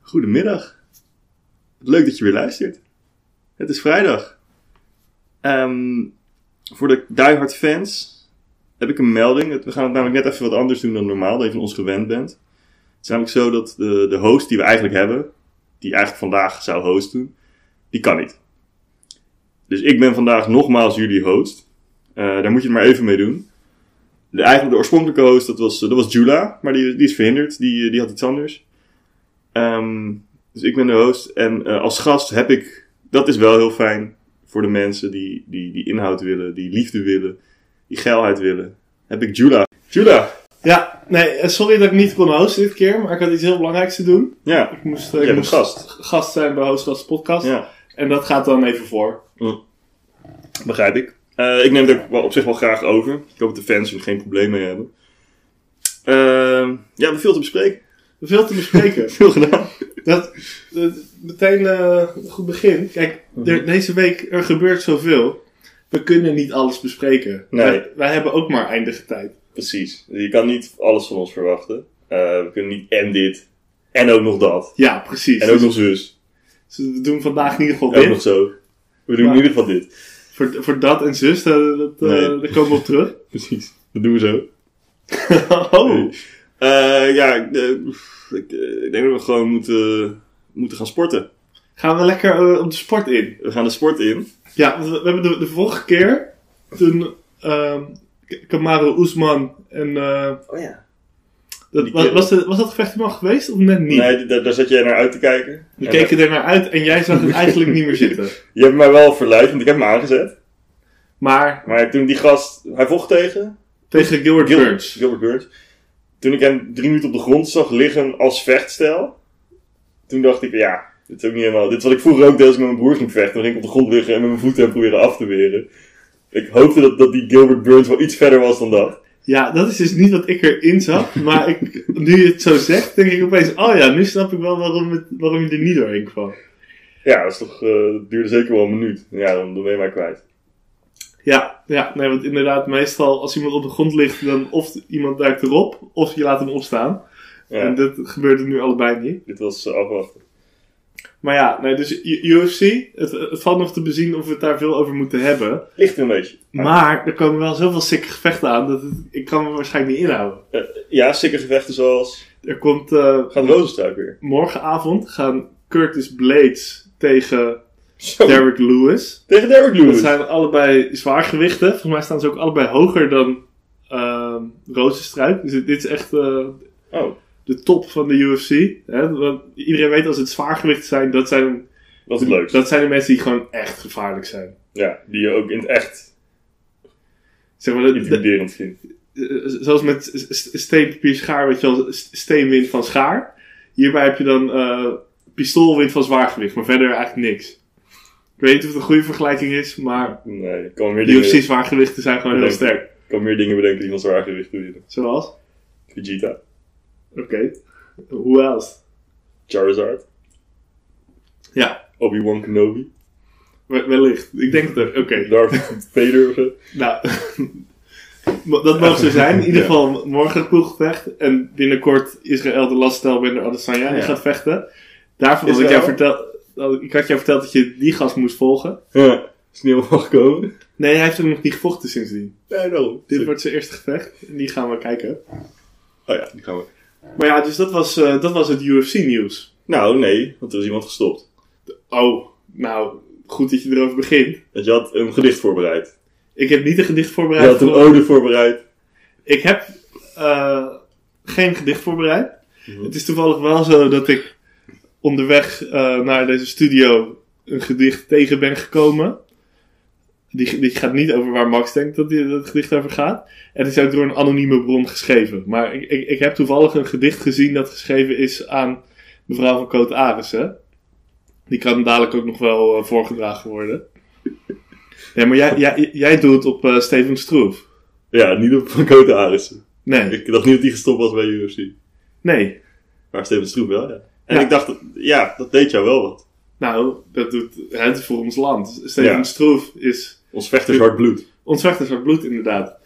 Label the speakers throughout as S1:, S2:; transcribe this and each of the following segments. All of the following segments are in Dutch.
S1: Goedemiddag. Leuk dat je weer luistert. Het is vrijdag. Ehm, voor de diehard fans heb ik een melding. Het- We gaan het namelijk net even wat anders doen dan normaal, dat je van ons gewend bent. Het is namelijk zo dat de, de host die we eigenlijk hebben, die eigenlijk vandaag zou host doen, die kan niet. Dus ik ben vandaag nogmaals jullie host. Eh, daar moet je het maar even mee doen. De, eigenlijk de oorspronkelijke host, dat was, eh, dat was Jula, maar die, die is verhinderd. Die, eh, die had iets anders. Ehm, dus ik ben de host. En eh, als gast heb ik, dat is wel heel fijn voor de mensen die, die, die inhoud willen, die liefde willen, die geilheid willen. Heb ik Jula. Jula!
S2: Ja, nee, eh, sorry dat ik niet kon hosten dit keer, maar ik had iets heel belangrijks te doen.
S1: Ja,
S2: Ik moest, eh,
S1: jij
S2: ik
S1: bent
S2: moest
S1: gast.
S2: gast zijn bij Hoostgast Podcast.
S1: Ja, Mm.
S2: En dat gaat dan even voor.
S1: begrijp ik. Eh, ik neem het ook wel op zich wel graag over. Ik hoop dat de fans er geen probleem mee hebben. Ehm, ja, we hebben veel te bespreken.
S2: Veel te bespreken.
S1: Veel gedaan.
S2: dat, dat- meteen eh, een goed begin. Kijk,
S1: Mhm.
S2: er- deze week er gebeurt zoveel. We kunnen niet alles bespreken.
S1: Nee.
S2: Wij, wij hebben ook maar eindige tijd.
S1: Precies. Je kan niet alles van ons verwachten. Eh, we kunnen niet en dit, en ook nog dat,
S2: Ja, precies.
S1: en ook nog zus,
S2: Dus we doen vandaag in ieder geval
S1: en ook
S2: dit.
S1: nog zo. We doen
S2: Maar-
S1: in ieder geval dit.
S2: Voor, voor dat en zus, eh, dat, eh,
S1: Nee.
S2: daar komen we op terug.
S1: Precies. Dat doen we zo.
S2: oh,
S1: Eh, ja, ik, eh, ik, eh, ik denk dat we gewoon moeten, moeten gaan sporten.
S2: gaan we lekker eh, op de sport in.
S1: We gaan de sport in.
S2: Ja, want we we hebben de, de vorige keer toen ehm K- Kamaru Oesman en eh,
S1: Oh ja.
S2: dat,
S1: Die
S2: was,
S1: kerel.
S2: was, de- was dat gevecht toen al geweest of net niet?
S1: Nee, daar, daar zat jij naar uit te kijken.
S2: We
S1: En,
S2: keken er naar uit en jij zag het eigenlijk niet meer zitten.
S1: eh, Je hebt mij wel verleid, want ik heb me aangezet.
S2: Maar
S1: Maar toen die gast, hij vocht tegen
S2: tegen Gilbert
S1: Gil-
S2: Burns.
S1: Gilbert Burns. Toen ik hem drie minuten op de grond zag liggen als vechtstijl, toen dacht ik, ja, dit is ook niet helemaal. Dit is wat ik vroeger ook deed als ik met mijn broer ging vechten. Dan ging ik op de grond liggen en met mijn voeten hem proberen af te weren. Ik hoopte dat, dat die Gilbert Burns wel iets verder was dan dat.
S2: Ja, dat is dus niet wat ik erin zag. Maar ik, nu je het zo zegt, denk ik opeens... Oh ja, nu snap ik wel waarom, het, waarom je er niet doorheen kwam.
S1: Ja, dat, is toch, eh, dat duurde zeker wel een minuut. Ja, dan, dan ben je mij kwijt.
S2: Ja, ja nee, want inderdaad, meestal als iemand op de grond ligt... dan of iemand duikt erop, of je laat hem opstaan.
S1: Ja,
S2: En dat gebeurde nu allebei niet.
S1: dit was eh, afwachten.
S2: Maar ja, nee, dus U- UFC, het, het valt nog te bezien of we het daar veel over moeten hebben.
S1: Ligt er een beetje. Ah,
S2: Maar er komen wel zoveel sikke gevechten aan dat het- ik kan me waarschijnlijk niet inhouden.
S1: Ja, sikke gevechten zoals...
S2: Er komt eh,
S1: Gaat Rozenstruik weer.
S2: morgenavond gaan Curtis Blades tegen
S1: Zo,
S2: Derrick Lewis.
S1: tegen Derrick
S2: Dat
S1: Oh. Lewis.
S2: zijn allebei zwaargewichten. Volgens mij staan ze ook allebei hoger dan ehm Rozenstruik. Dus dit dit is echt eh,
S1: Oh,
S2: de top van de UFC. Hè? Want iedereen weet als het zwaargewichten zijn, dat zijn,
S1: dat is leuk.
S2: dat zijn de mensen die gewoon echt gevaarlijk zijn.
S1: Ja, die je ook in het echt
S2: Zeg maar, de- de-
S1: intimiderend vindt.
S2: Eh, zoals met s- s- steen, papier, schaar, weet je wel, s- steenwind van schaar. Hierbij heb je dan eh pistoolwind van zwaargewicht, maar verder eigenlijk niks. Ik weet niet of het een goede vergelijking is, maar
S1: Nee, ik kan meer
S2: die
S1: dingen,
S2: UFC zwaargewichten zijn gewoon heel
S1: Nee.
S2: sterk.
S1: ik kan meer dingen bedenken die van zwaar gewicht doen.
S2: Zoals?
S1: Vegeta,
S2: Oké. Hoe else?
S1: Charizard,
S2: Ja,
S1: Obi-Wan Kenobi,
S2: we- wellicht. Ik denk dat er... Oké,
S1: Darth Vader of zo.
S2: nou... mo- Dat mag zo zijn. In ieder
S1: Ja.
S2: geval morgen een ploeggevecht. En binnenkort Israël de laststelbender Adesanya die
S1: Ja.
S2: gaat vechten. Daarvan had ik, jou
S1: Israël?
S2: verteld, ik had jou verteld dat je die gast moest volgen.
S1: Ja, is niet helemaal gekomen.
S2: Nee, hij heeft hem nog niet gevochten sindsdien.
S1: Nee, daarom.
S2: Dit wordt zijn eerste gevecht. En die gaan we kijken.
S1: Oh ja, die gaan we.
S2: Maar ja, dus dat was, eh, dat was het UFC-nieuws.
S1: Nou, nee, want er is iemand gestopt.
S2: Oh, nou, goed dat je erover begint.
S1: Want je had een gedicht voorbereid.
S2: Ik heb niet een gedicht
S1: Je
S2: voorbereid.
S1: had een ode voorbereid.
S2: Ik heb eh, geen gedicht voorbereid.
S1: Mhm.
S2: Het is toevallig wel zo dat ik onderweg eh, naar deze studio een gedicht tegen ben gekomen. Die, die gaat niet over waar Max denkt dat, die, dat het gedicht over gaat. En het is ook door een anonieme bron geschreven. Maar ik, ik, ik heb toevallig een gedicht gezien dat geschreven is aan mevrouw van Koot Arissen. Die kan dadelijk ook nog wel eh, voorgedragen worden. Ja, maar jij, jij, jij doet op eh Steven Stroef.
S1: Ja, niet op van Cote Arissen.
S2: Nee.
S1: Ik dacht niet dat die gestopt was bij UFC.
S2: Nee.
S1: Maar Steven Stroep wel, ja. En
S2: Ja.
S1: ik dacht, dat- ja, dat deed jou wel wat.
S2: Nou, dat doet het voor ons land. Steven
S1: Ja.
S2: Stroef is
S1: Ons vechter zwart bloed.
S2: ontzettend zwart bloed, inderdaad.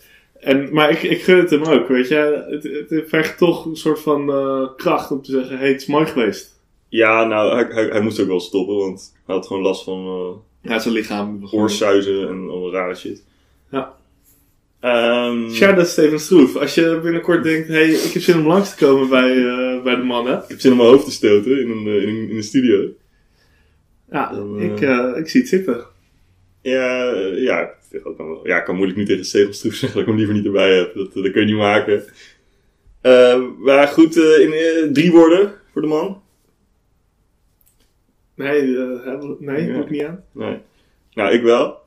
S2: En, maar ik, ik gun het hem ook, weet je. Het, het vergt toch een soort van eh, kracht om te zeggen: hé, hey, het is mooi geweest.
S1: Ja, nou, hij, hij, hij moest ook wel stoppen, want hij had gewoon last van eh,
S2: Ja, zijn lichaam. begon-
S1: oorsuizen en allemaal rare shit.
S2: Ja.
S1: Ehm,
S2: Shout out Steven Stroef. Als je binnenkort denkt, hey, ik heb zin om langs te komen bij, eh, bij de mannen.
S1: Ik heb zin om mijn hoofd te stoten in een, eh, in een, in een studio.
S2: Ja,
S1: Dan, eh,
S2: ik, eh, ik zie het zitten.
S1: Ja, eh, ja, ik vind dat dan wel- ja, ik kan moeilijk nu tegen Segelstroef zeggen dat ik hem liever niet erbij heb. Dat, eh, dat kun je niet maken. Eh, maar goed, eh, in eh, drie woorden voor de man.
S2: Nee, eh, hebben we- nee,
S1: Ja.
S2: doe ik niet aan.
S1: Nee. Nou, ik wel.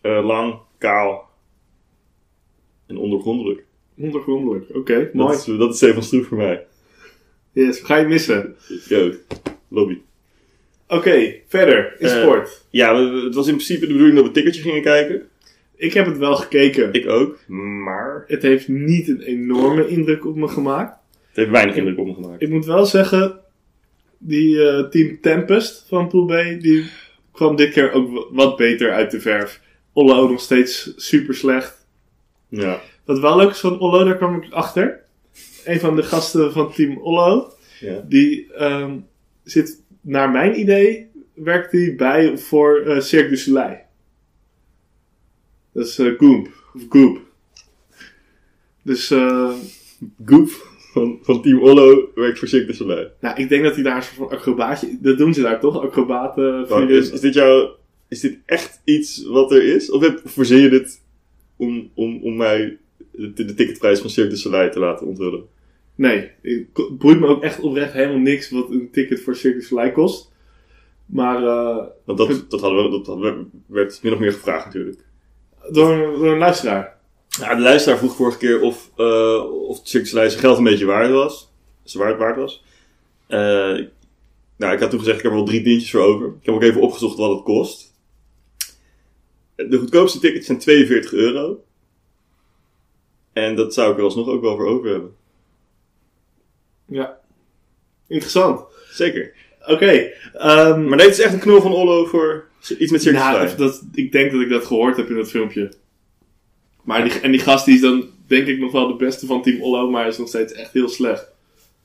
S1: Eh, lang, kaal en ondergrondelijk.
S2: Ondergrondelijk. Oké,
S1: Dat
S2: mooi.
S1: is, dat is Stefan Stroef voor mij.
S2: Yes, ga je missen.
S1: Yo, lobby.
S2: Oké, verder. In
S1: Eh,
S2: sport.
S1: Ja, we- we- het was in principe de bedoeling dat we tikkertje gingen kijken.
S2: Ik heb het wel gekeken.
S1: Ik ook. Maar
S2: Het heeft niet een enorme indruk op me gemaakt.
S1: het heeft weinig indruk op me gemaakt.
S2: Ik moet wel zeggen, die eh, team Tempest van Pool B, die kwam dit keer ook wa- wat beter uit de verf. Ollo nog steeds super slecht.
S1: Ja.
S2: Wat wel leuk is van Ollo, daar kwam ik achter. Een van de gasten van Team Ollo,
S1: Ja.
S2: die ehm, zit, naar mijn idee, werkt hij bij of voor eh Cirque du Soleil. Dat is eh Goomp, of Goop. Dus, eh,
S1: Goep van, van Team Ollo werkt voor Cirque du Soleil.
S2: nou, ik denk dat hij daar een soort van acrobaatje, dat doen ze daar toch, acrobaten.
S1: Maar
S2: video's.
S1: Oh, is, is dit jouw... Is dit echt iets wat er is? Of heb, verzin je dit om, om, om mij de, de ticketprijs van Cirque du Soleil te laten onthullen?
S2: Nee, het boeit me ook echt oprecht helemaal niks wat een ticket voor Cirque du Soleil kost. Maar eh,
S1: Want dat, dat, hadden we, dat hadden we- werd min of meer gevraagd natuurlijk.
S2: door, door een luisteraar.
S1: Ja, Nou, de luisteraar vroeg vorige keer of, eh of Cirque du Soleil zijn geld een beetje waard was. Zijn waard waard was. Eh, nou, ik had toen gezegd, ik heb er wel drie tientjes voor over. Ik heb ook even opgezocht wat het kost. De goedkoopste tickets zijn 42 euro. En dat zou ik er alsnog ook wel voor over hebben.
S2: Ja. Interessant.
S1: Zeker.
S2: Oké. ehm,
S1: Maar dit is echt een knul van Ollo voor iets met Circus
S2: nou,
S1: Klein.
S2: of dat, ik denk dat ik dat gehoord heb in dat filmpje. Maar die, en die gast die is dan denk ik nog wel de beste van Team Ollo, maar is nog steeds echt heel slecht.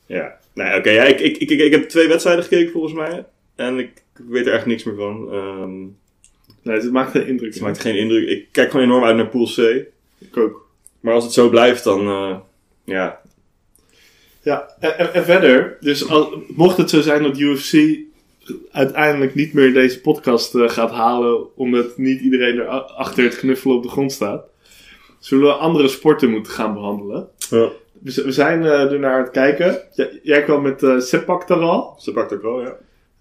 S1: Ja. Nou ja, oké. ja, ik, ik, ik, ik, ik heb twee wedstrijden gekeken volgens mij. En ik weet er echt niks meer van. Ehm,
S2: Nee, dus het maakt geen indruk.
S1: het maakt geen indruk. Ik kijk gewoon enorm uit naar Pool C.
S2: Ik ook.
S1: Maar als het zo blijft, dan... eh, ja.
S2: Ja, en, en- en verder, dus al- mocht het zo zijn dat UFC uiteindelijk niet meer deze podcast eh, gaat halen, omdat niet iedereen er a- achter het knuffelen op de grond staat, zullen we andere sporten moeten gaan behandelen.
S1: ja.
S2: We, z- we zijn eh, er naar aan het kijken. J- jij kwam met eh Sepak Taral.
S1: Ze pakt ook wel, ja.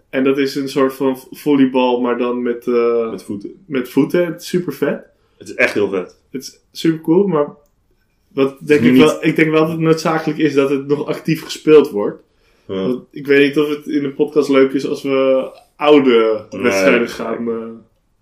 S2: En dat is een soort van v- volleybal, maar dan met, eh, met...
S1: Met voeten.
S2: voeten. Het is super vet.
S1: Het is echt heel vet.
S2: Het is super cool, maar wat denk
S1: nu
S2: ik,
S1: niet-
S2: wel, ik denk wel dat het noodzakelijk is dat het nog actief gespeeld wordt.
S1: Ja.
S2: Want ik weet niet of het in de podcast leuk is als we oude
S1: Nee.
S2: wedstrijden gaan.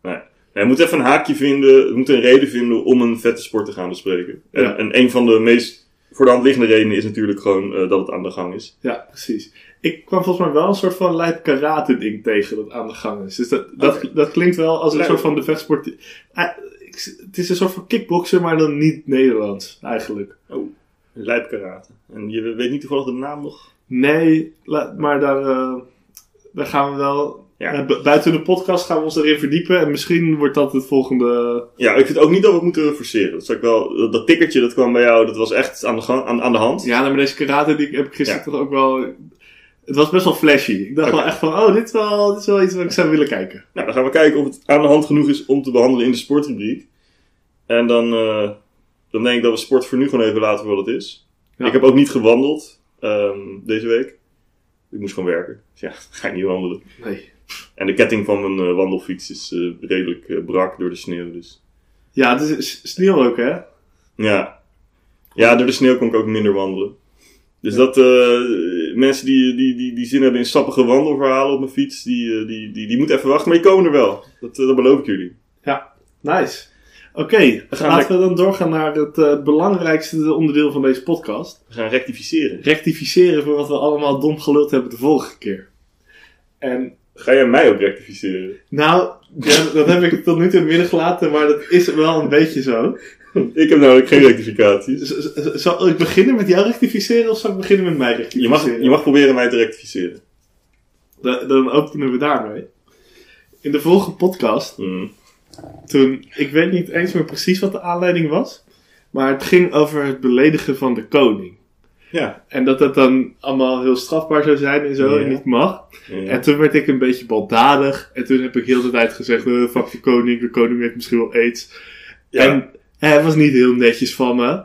S2: eh,
S1: Nee, je moet even een haakje vinden. Je moet een reden vinden om een vette sport te gaan bespreken. En,
S2: Ja.
S1: en een van de meest voor de hand liggende redenen is natuurlijk gewoon eh, dat het aan de gang is.
S2: ja, precies. Ik kwam volgens mij wel een soort van lijp karate ding tegen dat aan de gang is. Dus dat, dat,
S1: Oké.
S2: dat klinkt wel als een
S1: Lijp.
S2: soort van de vechtsport. die- Ah, ik- het is een soort van kickboksen, maar dan niet Nederlands eigenlijk.
S1: Lijpkarate. En je weet niet toevallig de naam nog?
S2: Nee, la- maar daar, eh, daar gaan we wel.
S1: Ja.
S2: eh, bu- buiten de podcast gaan we ons erin verdiepen. En misschien wordt dat het volgende.
S1: Ja, ik vind ook niet dat we het moeten forceren. Dat, zou ik wel, dat, dat tikkertje dat kwam bij jou, dat was echt aan de, gang, aan, aan de hand.
S2: Ja, nou, maar deze karate die ik heb ik gisteren
S1: Ja.
S2: toch ook wel. Het was best wel flashy. Ik dacht
S1: Oké.
S2: wel echt van: oh, dit is wel, dit is wel iets wat ik zou willen kijken.
S1: Nou, dan gaan we kijken of het aan de hand genoeg is om te behandelen in de sportrubriek. En dan, eh, dan denk ik dat we sport voor nu gewoon even laten voor wat het is.
S2: Ja.
S1: Ik heb ook niet gewandeld ehm, deze week. Ik moest gewoon werken. Dus ja, ga ik niet wandelen.
S2: Nee.
S1: En de ketting van mijn eh, wandelfiets is eh, redelijk eh, brak door de sneeuw. Dus
S2: Ja, het is s- sneeuw ook, hè?
S1: Ja. Ja, door de sneeuw kon ik ook minder wandelen. Dus dat eh, mensen die, die, die, die zin hebben in sappige wandelverhalen op mijn fiets, die, eh, die, die, die moeten even wachten, maar die komen er wel. Dat, eh, dat beloof ik jullie.
S2: Nice. Oké,
S1: gaan
S2: laten we dan doorgaan naar het eh, belangrijkste onderdeel van deze podcast.
S1: We gaan rectificeren.
S2: Rectificeren voor wat we allemaal dom geluld hebben de vorige keer. En
S1: Ga jij mij ook rectificeren?
S2: Nou, ja, dat heb ik tot nu toe in het midden gelaten, maar dat is wel een beetje zo.
S1: ik heb namelijk geen rectificaties.
S2: Z- z- Zal ik beginnen met jou rectificeren of zal ik beginnen met mij
S1: Je
S2: rectificeren?
S1: mag, je mag proberen mij te rectificeren.
S2: Da- dan openen we daarmee. In de volgende podcast
S1: Mm.
S2: toen, ik weet niet eens meer precies wat de aanleiding was, maar het ging over het beledigen van de koning.
S1: Ja.
S2: En dat dat dan allemaal heel strafbaar zou zijn en zo
S1: Ja.
S2: en niet mag.
S1: Ja.
S2: En toen werd ik een beetje baldadig en toen heb ik heel de tijd gezegd, eh, fuck de koning, de koning heeft misschien wel aids.
S1: Ja.
S2: En eh, het was niet heel netjes van me,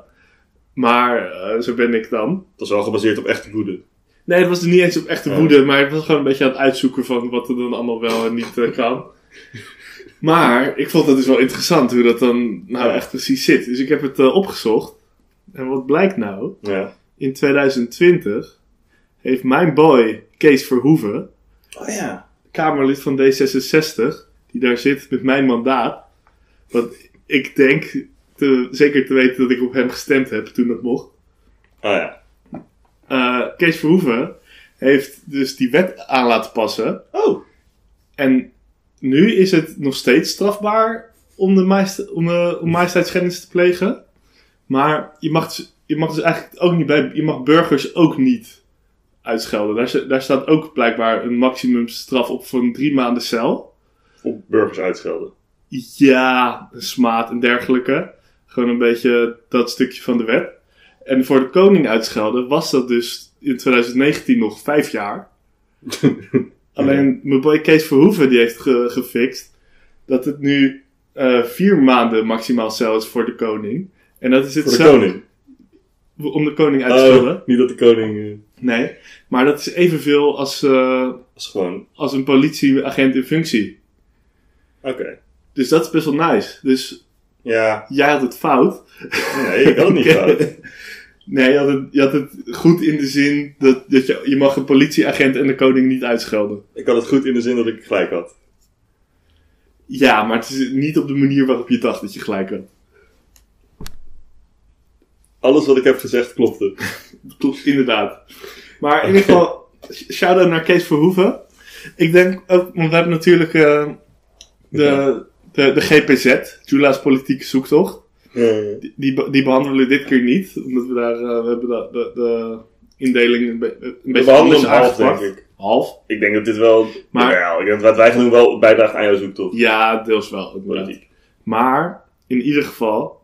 S2: maar eh, zo ben ik dan.
S1: Dat is wel gebaseerd op echte woede.
S2: Nee, het was er niet eens op echte
S1: Ja.
S2: woede, maar ik was gewoon een beetje aan het uitzoeken van wat er dan allemaal wel en niet eh, kan. Maar ik vond dat dus wel interessant hoe dat dan nou
S1: Ja.
S2: echt precies zit. Dus ik heb het eh, opgezocht. En wat blijkt nou?
S1: Ja.
S2: In 2020 heeft mijn boy Kees Verhoeven,
S1: Oh ja.
S2: Kamerlid van D66, die daar zit met mijn mandaat. Want ik denk te- zeker te weten dat ik op hem gestemd heb toen dat mocht.
S1: Oh ja.
S2: Eh, Kees Verhoeven heeft dus die wet aan laten passen.
S1: Oh.
S2: En nu is het nog steeds strafbaar om, de majest- om, eh, om majesteitsschennis te plegen. Maar je mag, dus- je mag dus eigenlijk ook niet bij. Je mag burgers ook niet uitschelden. Daar, sta- daar staat ook blijkbaar een maximumstraf op van drie maanden cel.
S1: Op burgers uitschelden.
S2: Ja, smaad en dergelijke. Gewoon een beetje dat stukje van de wet. En voor de koning uitschelden was dat dus in 2019 nog vijf jaar. Alleen mijn boy Kees Verhoeven die heeft ge- gefixt dat het nu eh, vier maanden maximaal cel is voor de koning. En dat is
S1: Voor de
S2: hetzelfde
S1: koning.
S2: om de koning uit te schelden.
S1: Oh, niet dat de koning... eh,
S2: Nee, maar dat is evenveel als, eh,
S1: als gewoon...
S2: als een politieagent in functie.
S1: Oké.
S2: Dus dat is best wel nice. Dus
S1: Ja.
S2: jij had het fout.
S1: Nee, ik had het niet fout.
S2: Nee, je had het, je had het goed in de zin dat, dat je, je mag een politieagent en de koning niet uitschelden.
S1: Ik had het goed in de zin dat ik gelijk had.
S2: Ja, maar het is niet op de manier waarop je dacht dat je gelijk had.
S1: Alles wat ik heb gezegd klopte.
S2: Klopt, inderdaad. Maar in ieder geval, sh- shout-out naar Kees Verhoeven. Ik denk ook, want we hebben natuurlijk eh, de, de, de GPZ, Jula's Politieke Zoektocht.
S1: Eh,
S2: Die- die, be- die behandelen we dit keer niet, omdat we daar, eh, we hebben de, de, de indeling een, be- een
S1: we
S2: beetje
S1: behandelen
S2: anders
S1: hem half,
S2: aangepakt.
S1: denk ik.
S2: Half?
S1: Ik denk dat dit wel...
S2: Maar-
S1: Maar... ik denk dat wat wij gaan doen wel bijdraagt aan jouw zoektocht.
S2: Ja, deels wel. inderdaad.
S1: Politiek.
S2: Maar, in ieder geval,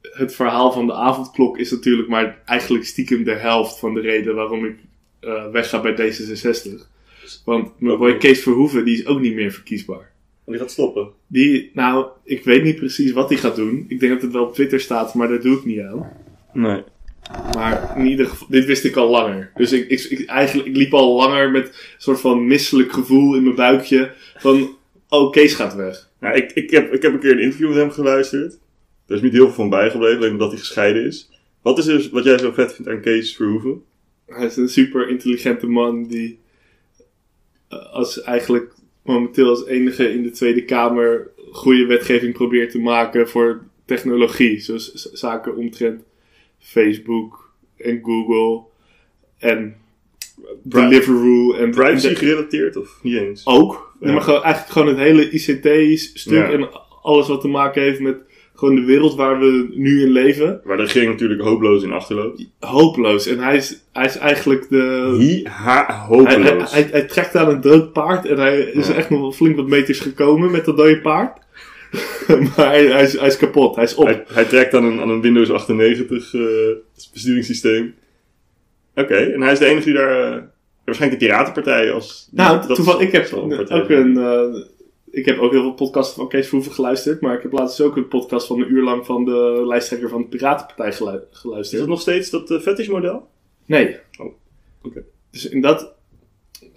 S2: het verhaal van de avondklok is natuurlijk maar eigenlijk stiekem de helft van de reden waarom ik eh, wegga bij D66. Want mijn boy Kees Verhoeven, die is ook niet meer verkiesbaar.
S1: En die gaat stoppen.
S2: Die, nou, ik weet niet precies wat hij gaat doen. Ik denk dat het wel op Twitter staat, maar daar doe ik niet aan.
S1: Nee.
S2: Maar in ieder geval, dit wist ik al langer. Dus ik, ik, ik- eigenlijk, ik liep al langer met een soort van misselijk gevoel in mijn buikje. Van, oh, Kees gaat weg.
S1: Nou, ik, ik, heb, ik heb een keer een interview met hem geluisterd. Er is niet heel veel van bijgebleven, alleen omdat hij gescheiden is. Wat is dus wat jij zo vet vindt aan Kees Verhoeven?
S2: Hij is een super intelligente man die eh, als eigenlijk momenteel als enige in de Tweede Kamer goede wetgeving probeert te maken voor technologie. Zoals z- zaken omtrent Facebook en Google en
S1: Pri-
S2: Deliveroo en
S1: Privacy gerelateerd of niet eens?
S2: Ook.
S1: Ja.
S2: Maar gewoon, eigenlijk gewoon het hele ICT-stuk
S1: Ja.
S2: en alles wat te maken heeft met gewoon de wereld waar we nu in leven.
S1: Waar de regering natuurlijk hopeloos in achterloopt.
S2: Hopeloos. En hij is, hij is eigenlijk de.
S1: Hi, ha,
S2: Hij, hij,
S1: hopeloos.
S2: hij, hij trekt aan een dood paard en hij is
S1: Ja.
S2: echt nog wel flink wat meters gekomen met dat dode paard. maar hij, hij, is, hij is kapot, hij is op.
S1: Hij, hij trekt aan een, aan een Windows 98 eh, besturingssysteem. Oké, en hij is de enige die daar... eh, waarschijnlijk de Piratenpartij als...
S2: nou,
S1: dat
S2: toevallig,
S1: zal-
S2: ik heb
S1: zal een partij
S2: ook
S1: zijn.
S2: een. eh, ik heb ook heel veel podcasts van Kees Verhoeven geluisterd, maar ik heb laatst ook een podcast van een uur lang van de lijsttrekker van de Piratenpartij gelu-
S1: Is
S2: geluisterd.
S1: dat nog steeds dat eh, fetishmodel?
S2: Nee.
S1: Oh, oké.
S2: Dus in dat,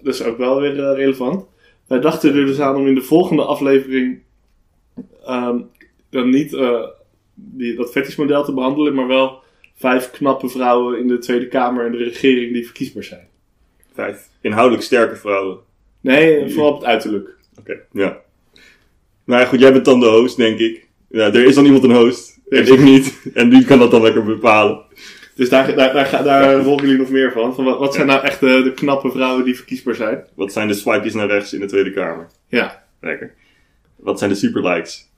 S2: dat is ook wel weer eh, relevant. Wij dachten er dus aan om in de volgende aflevering ehm, dan niet eh, die, dat fetishmodel te behandelen, maar wel vijf knappe vrouwen in de Tweede Kamer en de regering die verkiesbaar zijn.
S1: Vijf. Inhoudelijk sterke vrouwen.
S2: Nee, vooral op het uiterlijk.
S1: Oké, ja. Nou ja, goed, jij bent dan de host, denk ik. Ja, er is dan iemand een host. En ik niet. En die kan dat dan lekker bepalen.
S2: Dus daar, daar, daar, ga- daar horen jullie nog meer van. van wat, wat zijn nou echt de, de knappe vrouwen die verkiesbaar zijn?
S1: Wat zijn de swipejes naar rechts in de Tweede Kamer?
S2: Ja.
S1: Lekker. Wat zijn de superlikes?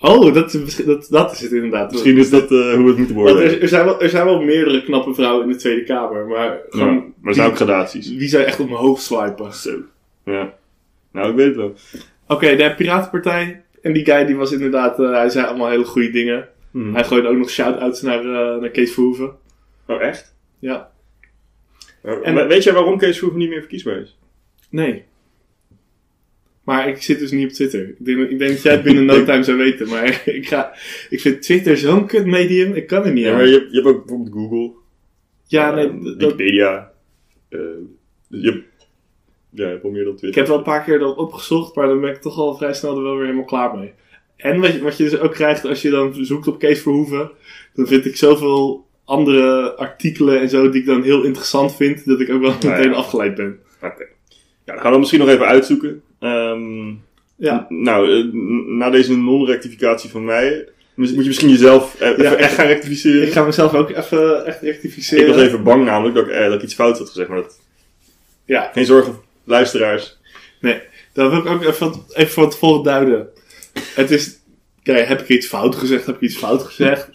S2: Oh, dat, is misschien- dat, dat is het inderdaad.
S1: Misschien is dat eh, hoe we het moeten
S2: Want
S1: beoordelen.
S2: er, er zijn wel, er zijn wel meerdere knappe vrouwen in de Tweede Kamer, maar
S1: Ja,
S2: gewoon...
S1: maar er zijn ook gradaties.
S2: Wie zou je echt omhoog swipen? Oké,
S1: Zo. Ja. Nou, ik weet het wel.
S2: de Piratenpartij. En die guy die was inderdaad... eh, hij zei allemaal hele goede dingen.
S1: Mhm.
S2: Hij gooide ook nog shout-outs naar, eh, naar Kees Verhoeven.
S1: Oh, echt?
S2: Ja.
S1: Oh,
S2: En-
S1: we- weet jij waarom Kees Verhoeven niet meer verkiesbaar is?
S2: Nee. Maar ik zit dus niet op Twitter. Ik denk, ik denk dat jij het binnen no time zou weten. Maar ik, ga, ik vind Twitter zo'n kut medium. Ik kan er niet
S1: Ja,
S2: aan.
S1: maar je, hebt- je hebt ook bijvoorbeeld Google.
S2: Ja,
S1: eh,
S2: nee, d- dat,
S1: Wikipedia. eh, je, hebt- ja, je hebt al meer dan
S2: ik
S1: Twitter.
S2: heb wel een paar keer dat opgezocht. Maar dan ben ik toch al vrij snel er wel weer helemaal klaar mee. En wat je, wat je dus ook krijgt als je dan zoekt op Kees Verhoeven. Dan vind ik zoveel andere artikelen en zo die ik dan heel interessant vind. Dat ik ook wel
S1: Nou ja.
S2: meteen afgeleid ben.
S1: Oké. Ja, dan gaan we dat misschien nog even uitzoeken. Ehm,
S2: Ja.
S1: n- Nou, eh, n- na deze non-rectificatie van mij... mis- Moet je misschien jezelf eh, even echt gaan rectificeren.
S2: Ik ga mezelf ook even
S1: Ik
S2: echt rectificeren.
S1: was even bang namelijk dat ik, eh, dat ik iets fout had gezegd, maar dat...
S2: Ja.
S1: Geen zorgen, luisteraars.
S2: Dat wil ik ook even, van- even van tevoren duiden. Het is... Kijk, heb ik iets fout gezegd? Heb ik iets fout gezegd?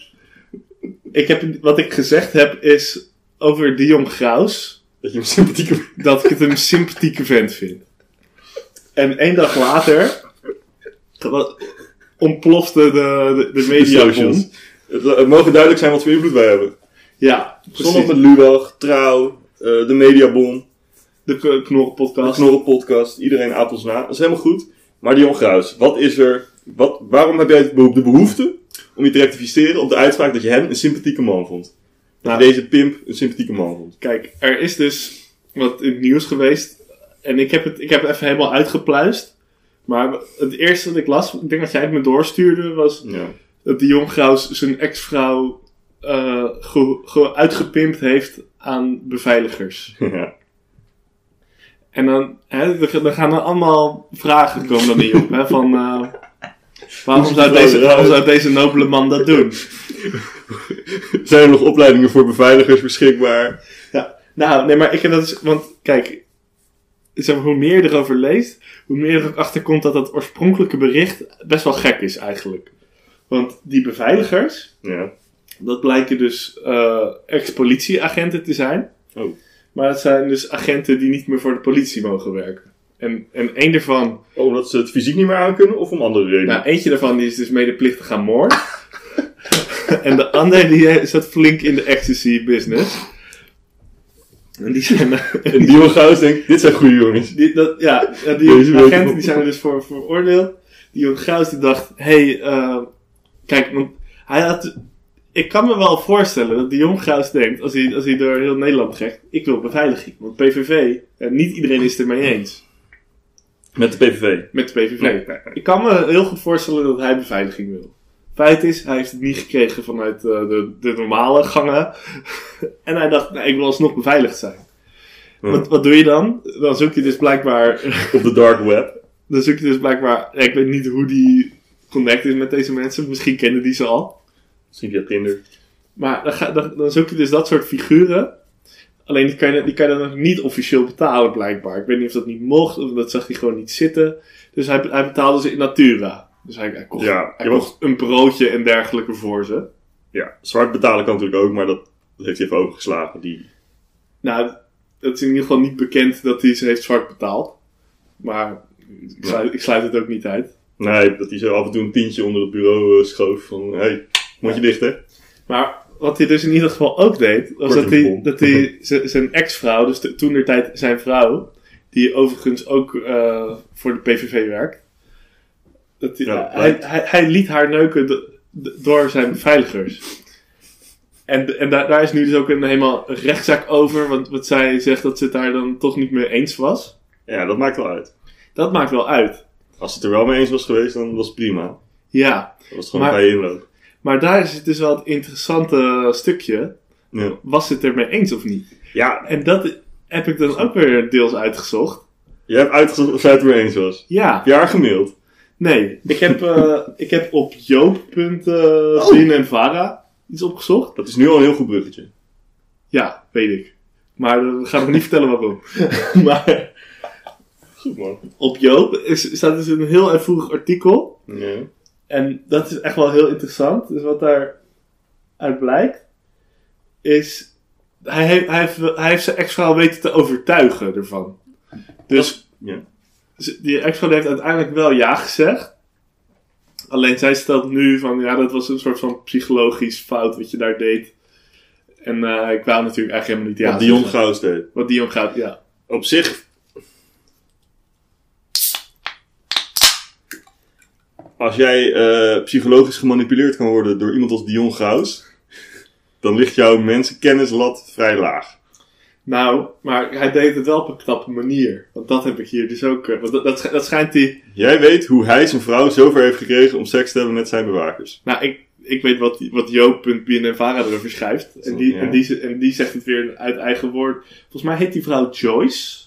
S2: Ik heb, wat ik gezegd heb is over Dion Graus...
S1: Dat je hem sympathiek...
S2: dat ik het een sympathieke vent vind. En één dag later... wa- ontplofte de, de, de media
S1: Socials. Het, het mogen duidelijk zijn wat voor invloed wij hebben.
S2: Ja,
S1: Zondag
S2: precies.
S1: met Lubach, Trouw, eh, de Mediabon,
S2: De K- Knorren
S1: de
S2: podcast.
S1: Knorren podcast, iedereen appels na. Dat is helemaal goed. Maar Dion Graus, wat is er... Wat, waarom heb jij het beho- de behoefte om je te rectificeren op de uitspraak dat je hem een sympathieke man vond? Dat
S2: Nou.
S1: je deze pimp een sympathieke man vond.
S2: Kijk, er is dus wat in het nieuws geweest. En ik heb het, ik heb het even helemaal uitgepluist. Maar het eerste wat ik las, ik denk dat jij het me doorstuurde, was
S1: Ja.
S2: dat die jong Graus zijn ex-vrouw eh, ge- ge- uitgepimpt heeft aan beveiligers.
S1: ja.
S2: En dan, hè, er- er gaan dan allemaal vragen komen dan niet op. Hè, van, eh, waarom, zou deze, waarom zou deze nobele man dat doen?
S1: Zijn er nog opleidingen voor beveiligers beschikbaar?
S2: Ja, nou, nee, maar ik heb dat is, want kijk, zeg maar, hoe meer je erover leest, hoe meer er ook achter komt dat dat oorspronkelijke bericht best wel gek is eigenlijk. Want die beveiligers,
S1: Ja.
S2: dat blijken dus eh, ex-politieagenten te zijn.
S1: Oh.
S2: Maar het zijn dus agenten die niet meer voor de politie mogen werken. En, en één daarvan,
S1: Oh, Omdat ze het fysiek niet meer aankunnen of om andere redenen?
S2: nou, eentje daarvan die is dus medeplichtig aan moord. en de ander die eh, zat flink in de ecstasy business. En die zijn.
S1: En Dion Gauws denkt, dit zijn goede jongens.
S2: Die, dat, ja, ja, die
S1: Deze weet ik nog.
S2: agenten die zijn er dus voor voor veroordeeld. Die Jon Graus die dacht, hé, hey, eh, kijk, want hij had... Ik kan me wel voorstellen dat die Jon Graus denkt, als hij, als hij door heel Nederland trekt, ik wil beveiliging. Want PVV, eh, niet iedereen is het ermee eens
S1: Met de PVV.
S2: met de PVV.
S1: Nee, nee, nee.
S2: Ik kan me heel goed voorstellen dat hij beveiliging wil. Feit is, hij heeft het niet gekregen vanuit eh, de, de normale gangen. en hij dacht, nou, ik wil alsnog beveiligd zijn.
S1: Ja.
S2: Wat, wat doe je dan? Dan zoek je dus blijkbaar
S1: Op de dark web.
S2: dan zoek je dus blijkbaar. ja, Ik weet niet hoe die connect is met deze mensen. Misschien kennen die ze al.
S1: Misschien via Tinder.
S2: Maar dan, ga, dan, dan zoek je dus dat soort figuren. Alleen die kan, je, die kan je dan nog niet officieel betalen, blijkbaar. Ik weet niet of dat niet mocht, of dat zag hij gewoon niet zitten. Dus hij, hij betaalde ze in natura. Dus hij, hij kocht,
S1: Ja,
S2: hij
S1: je mag-
S2: kocht een broodje en dergelijke voor ze.
S1: Ja, zwart betalen kan natuurlijk ook, maar dat, dat heeft hij even overgeslagen. Die...
S2: Nou, het is in ieder geval niet bekend dat hij ze heeft zwart betaald. Maar ik sluit, ik sluit het ook niet uit.
S1: Nee, dat hij zo af en toe een tientje onder het bureau eh, schoof van... Hé, hey, moet je dicht, hè?
S2: Maar wat hij dus in ieder geval ook deed, was
S1: Korte
S2: dat hij,
S1: bom.
S2: dat hij z- zijn ex-vrouw, dus toen der tijd zijn vrouw, die overigens ook eh, voor de PVV werkt, dat hij,
S1: Ja,
S2: hij,
S1: blijkt.
S2: hij, hij liet haar neuken do- do- door zijn beveiligers. En, en daar, daar is nu dus ook een helemaal een rechtszaak over, want wat zij zegt dat ze het daar dan toch niet mee eens was.
S1: Ja, dat maakt wel uit.
S2: Dat maakt wel uit.
S1: Als het er wel mee eens was geweest, dan was het prima.
S2: Ja,
S1: Dat was gewoon
S2: Maar-
S1: bij je inloop.
S2: maar daar is het dus wel het interessante stukje.
S1: Ja.
S2: Was het ermee eens of niet?
S1: ja,
S2: En dat heb ik dan ook weer deels uitgezocht.
S1: jij hebt uitgezocht of zij het er mee eens was.
S2: Ja,
S1: Heb je haar gemaild?
S2: nee. Ik heb, eh, ik heb op joop.bin en Vara iets opgezocht.
S1: Dat is nu al een heel goed bruggetje.
S2: Ja, weet ik. Maar eh, we gaan nog niet vertellen waarom. maar
S1: Goed, man.
S2: op Joop is, staat dus een heel uitvoerig artikel.
S1: Ja.
S2: En dat is echt wel heel interessant. Dus wat daaruit blijkt, is hij heeft, hij heeft, hij heeft zijn ex-vrouw weten te overtuigen ervan. Dus
S1: Ja.
S2: ze- die ex-vrouw heeft uiteindelijk wel ja gezegd. Alleen zij stelt nu van, ja, dat was een soort van psychologisch fout wat je daar deed. En eh, ik wou natuurlijk eigenlijk helemaal niet ja
S1: Wat Dion
S2: zeggen.
S1: Gauss deed.
S2: Wat Dion gaat, ja.
S1: Op zich... Als jij eh, psychologisch gemanipuleerd kan worden door iemand als Dion Gauss... dan ligt jouw mensenkennislat vrij laag.
S2: Nou, maar hij deed het wel op een knappe manier. Want dat heb ik hier dus ook. eh, Want dat, dat, sch- dat schijnt hij.
S1: Jij weet hoe hij zijn vrouw zover heeft gekregen om seks te hebben met zijn bewakers.
S2: Nou, ik, ik weet wat, die- wat Joop.bin en Vara erover schrijft. En die,
S1: Ja.
S2: en, die, ze- en die zegt het weer uit eigen woord. Volgens mij heet die vrouw Joyce.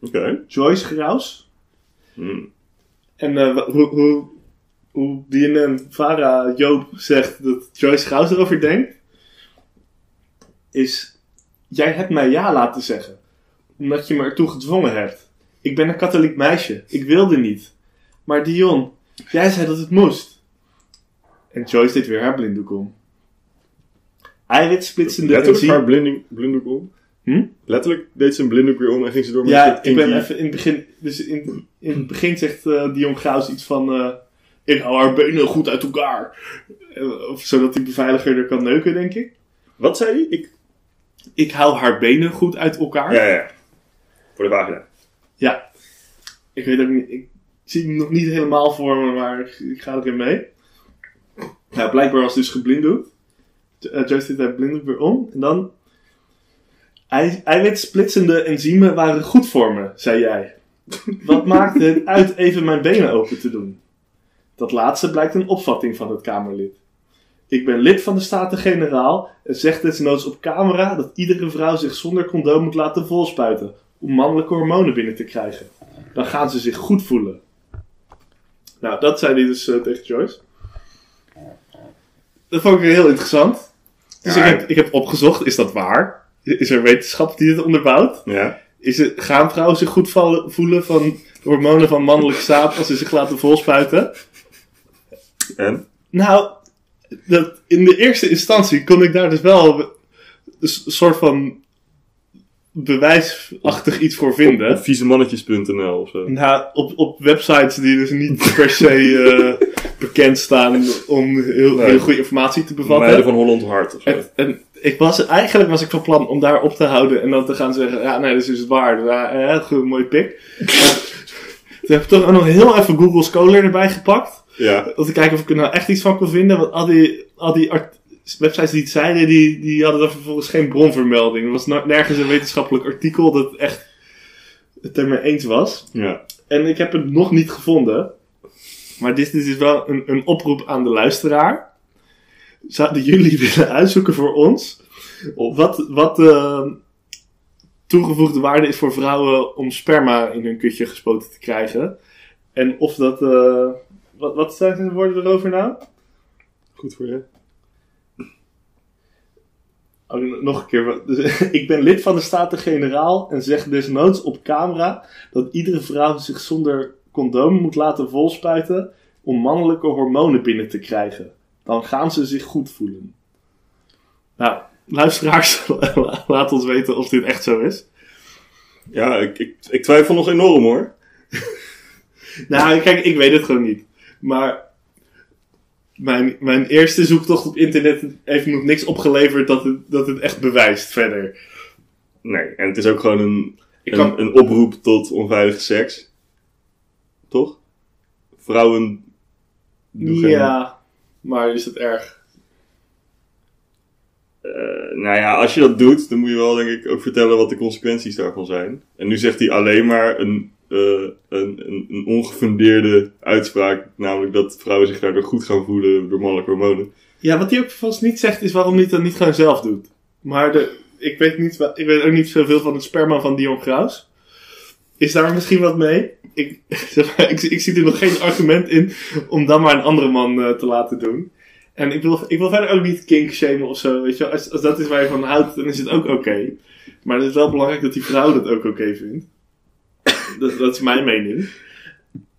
S1: Oké.
S2: Joyce Graus.
S1: Hmm.
S2: En eh, wa- hoe, hoe, hoe Bin en Vara Joop zegt dat Joyce Graus erover denkt. Is. Jij hebt mij ja laten zeggen. Omdat je me ertoe gedwongen hebt. Ik ben een katholiek meisje. Ik wilde niet. Maar Dion, jij zei dat het moest. En Joyce deed weer haar blinddoek om. Eiwit splitsende
S1: Letterlijk
S2: enzym-
S1: haar blinding, blinddoek om.
S2: Hm?
S1: Letterlijk deed ze een blinddoek weer om en ging ze door met
S2: Ja,
S1: een
S2: ik ben
S1: kinky-
S2: even in het begin. Dus in, in het begin zegt eh, Dion Graus iets van. eh, ik hou haar benen goed uit elkaar. Eh, Of zodat die beveiliger er kan neuken, denk ik.
S1: Wat zei hij? Ik...
S2: Ik hou haar benen goed uit elkaar.
S1: Ja, ja, ja. Voor de vagina.
S2: Ja. Ik weet ook niet. Ik zie hem nog niet helemaal voor me, maar ik, ik ga erin mee. Nou, blijkbaar was het dus geblinddoekt. Uh, Joyce deed haar blinddoek weer om. En dan. Ei- Eiwitsplitsende enzymen waren goed voor me, zei jij. Wat maakte het uit even mijn benen open te doen? Dat laatste blijkt een opvatting van het Kamerlid. Ik ben lid van de Staten-Generaal en zeg desnoods op camera dat iedere vrouw zich zonder condoom moet laten volspuiten om mannelijke hormonen binnen te krijgen. Dan gaan ze zich goed voelen. Nou, dat zei hij dus eh, tegen Joyce. Dat vond ik heel interessant. Dus
S1: Ja,
S2: ik, heb, ik heb opgezocht, is dat waar? Is er wetenschap die dit onderbouwt?
S1: Ja.
S2: Is het, gaan vrouwen zich goed vallen- voelen van de hormonen van mannelijk zaad als ze zich laten volspuiten?
S1: En?
S2: Nou, dat, in de eerste instantie kon ik daar dus wel een s- soort van bewijsachtig iets voor vinden.
S1: Viezemannetjes.nl of zo.
S2: Nou, op, op websites die dus niet per se eh, bekend staan om heel,
S1: Nee.
S2: heel goede informatie te bevatten.
S1: Meiden van Holland Hart of zo.
S2: En, en ik was, eigenlijk was ik van plan om daar op te houden en dan te gaan zeggen: Ja, nee, dus is het waar. Ja, eh, goed, mooie pik. Maar Toen heb ik toch ook nog heel even Google Scholar erbij gepakt.
S1: Ja.
S2: Om te kijken of ik er nou echt iets van kon vinden. Want al die, al die art- websites die het zeiden, die, die hadden dan vervolgens geen bronvermelding. Er was na- nergens een wetenschappelijk artikel dat echt het ermee eens was.
S1: Ja.
S2: En ik heb het nog niet gevonden. Maar dit is dus wel een, een oproep aan de luisteraar. Zouden jullie willen uitzoeken voor ons wat, wat de toegevoegde waarde is voor vrouwen om sperma in hun kutje gespoten te krijgen? En of dat. eh, wat, wat zijn de woorden erover nou?
S1: Goed voor je.
S2: Oh, n- nog een keer. wat- Dus, ik ben lid van de Staten-Generaal en zeg desnoods op camera dat iedere vrouw zich zonder condoom moet laten volspuiten om mannelijke hormonen binnen te krijgen. Dan gaan ze zich goed voelen. Nou, luisteraars, la- laat ons weten of dit echt zo is.
S1: Ja, ik, ik, ik twijfel nog enorm hoor.
S2: Nou, kijk, ik weet het gewoon niet. Maar mijn, mijn eerste zoektocht op internet heeft nog niks opgeleverd dat het, dat het echt bewijst verder.
S1: Nee, en het is ook gewoon een,
S2: Ik
S1: een,
S2: kan-
S1: een oproep tot onveilige seks. Toch? Vrouwen. doen geen-
S2: Ja, maar is het erg?
S1: Eh, nou ja, als je dat doet, dan moet je wel denk ik ook vertellen wat de consequenties daarvan zijn. En nu zegt hij alleen maar een, eh, een, een, een ongefundeerde uitspraak. Namelijk dat vrouwen zich daardoor goed gaan voelen door mannelijke hormonen.
S2: Ja, wat hij ook vast niet zegt is waarom hij het dan niet gewoon zelf doet. Maar de, ik, weet niet, wa- ik weet ook niet zoveel van het sperma van Dion Graus. Is daar misschien wat mee? Ik, zeg maar, ik, zie- ik zie er nog geen argument in om dan maar een andere man eh, te laten doen. En ik wil, ik wil verder ook niet kink shamen of zo. Weet je? wel. Als, als dat is waar je van houdt, dan is het ook oké. Maar het is wel belangrijk dat die vrouw dat ook oké vindt. Dat, dat is mijn mening.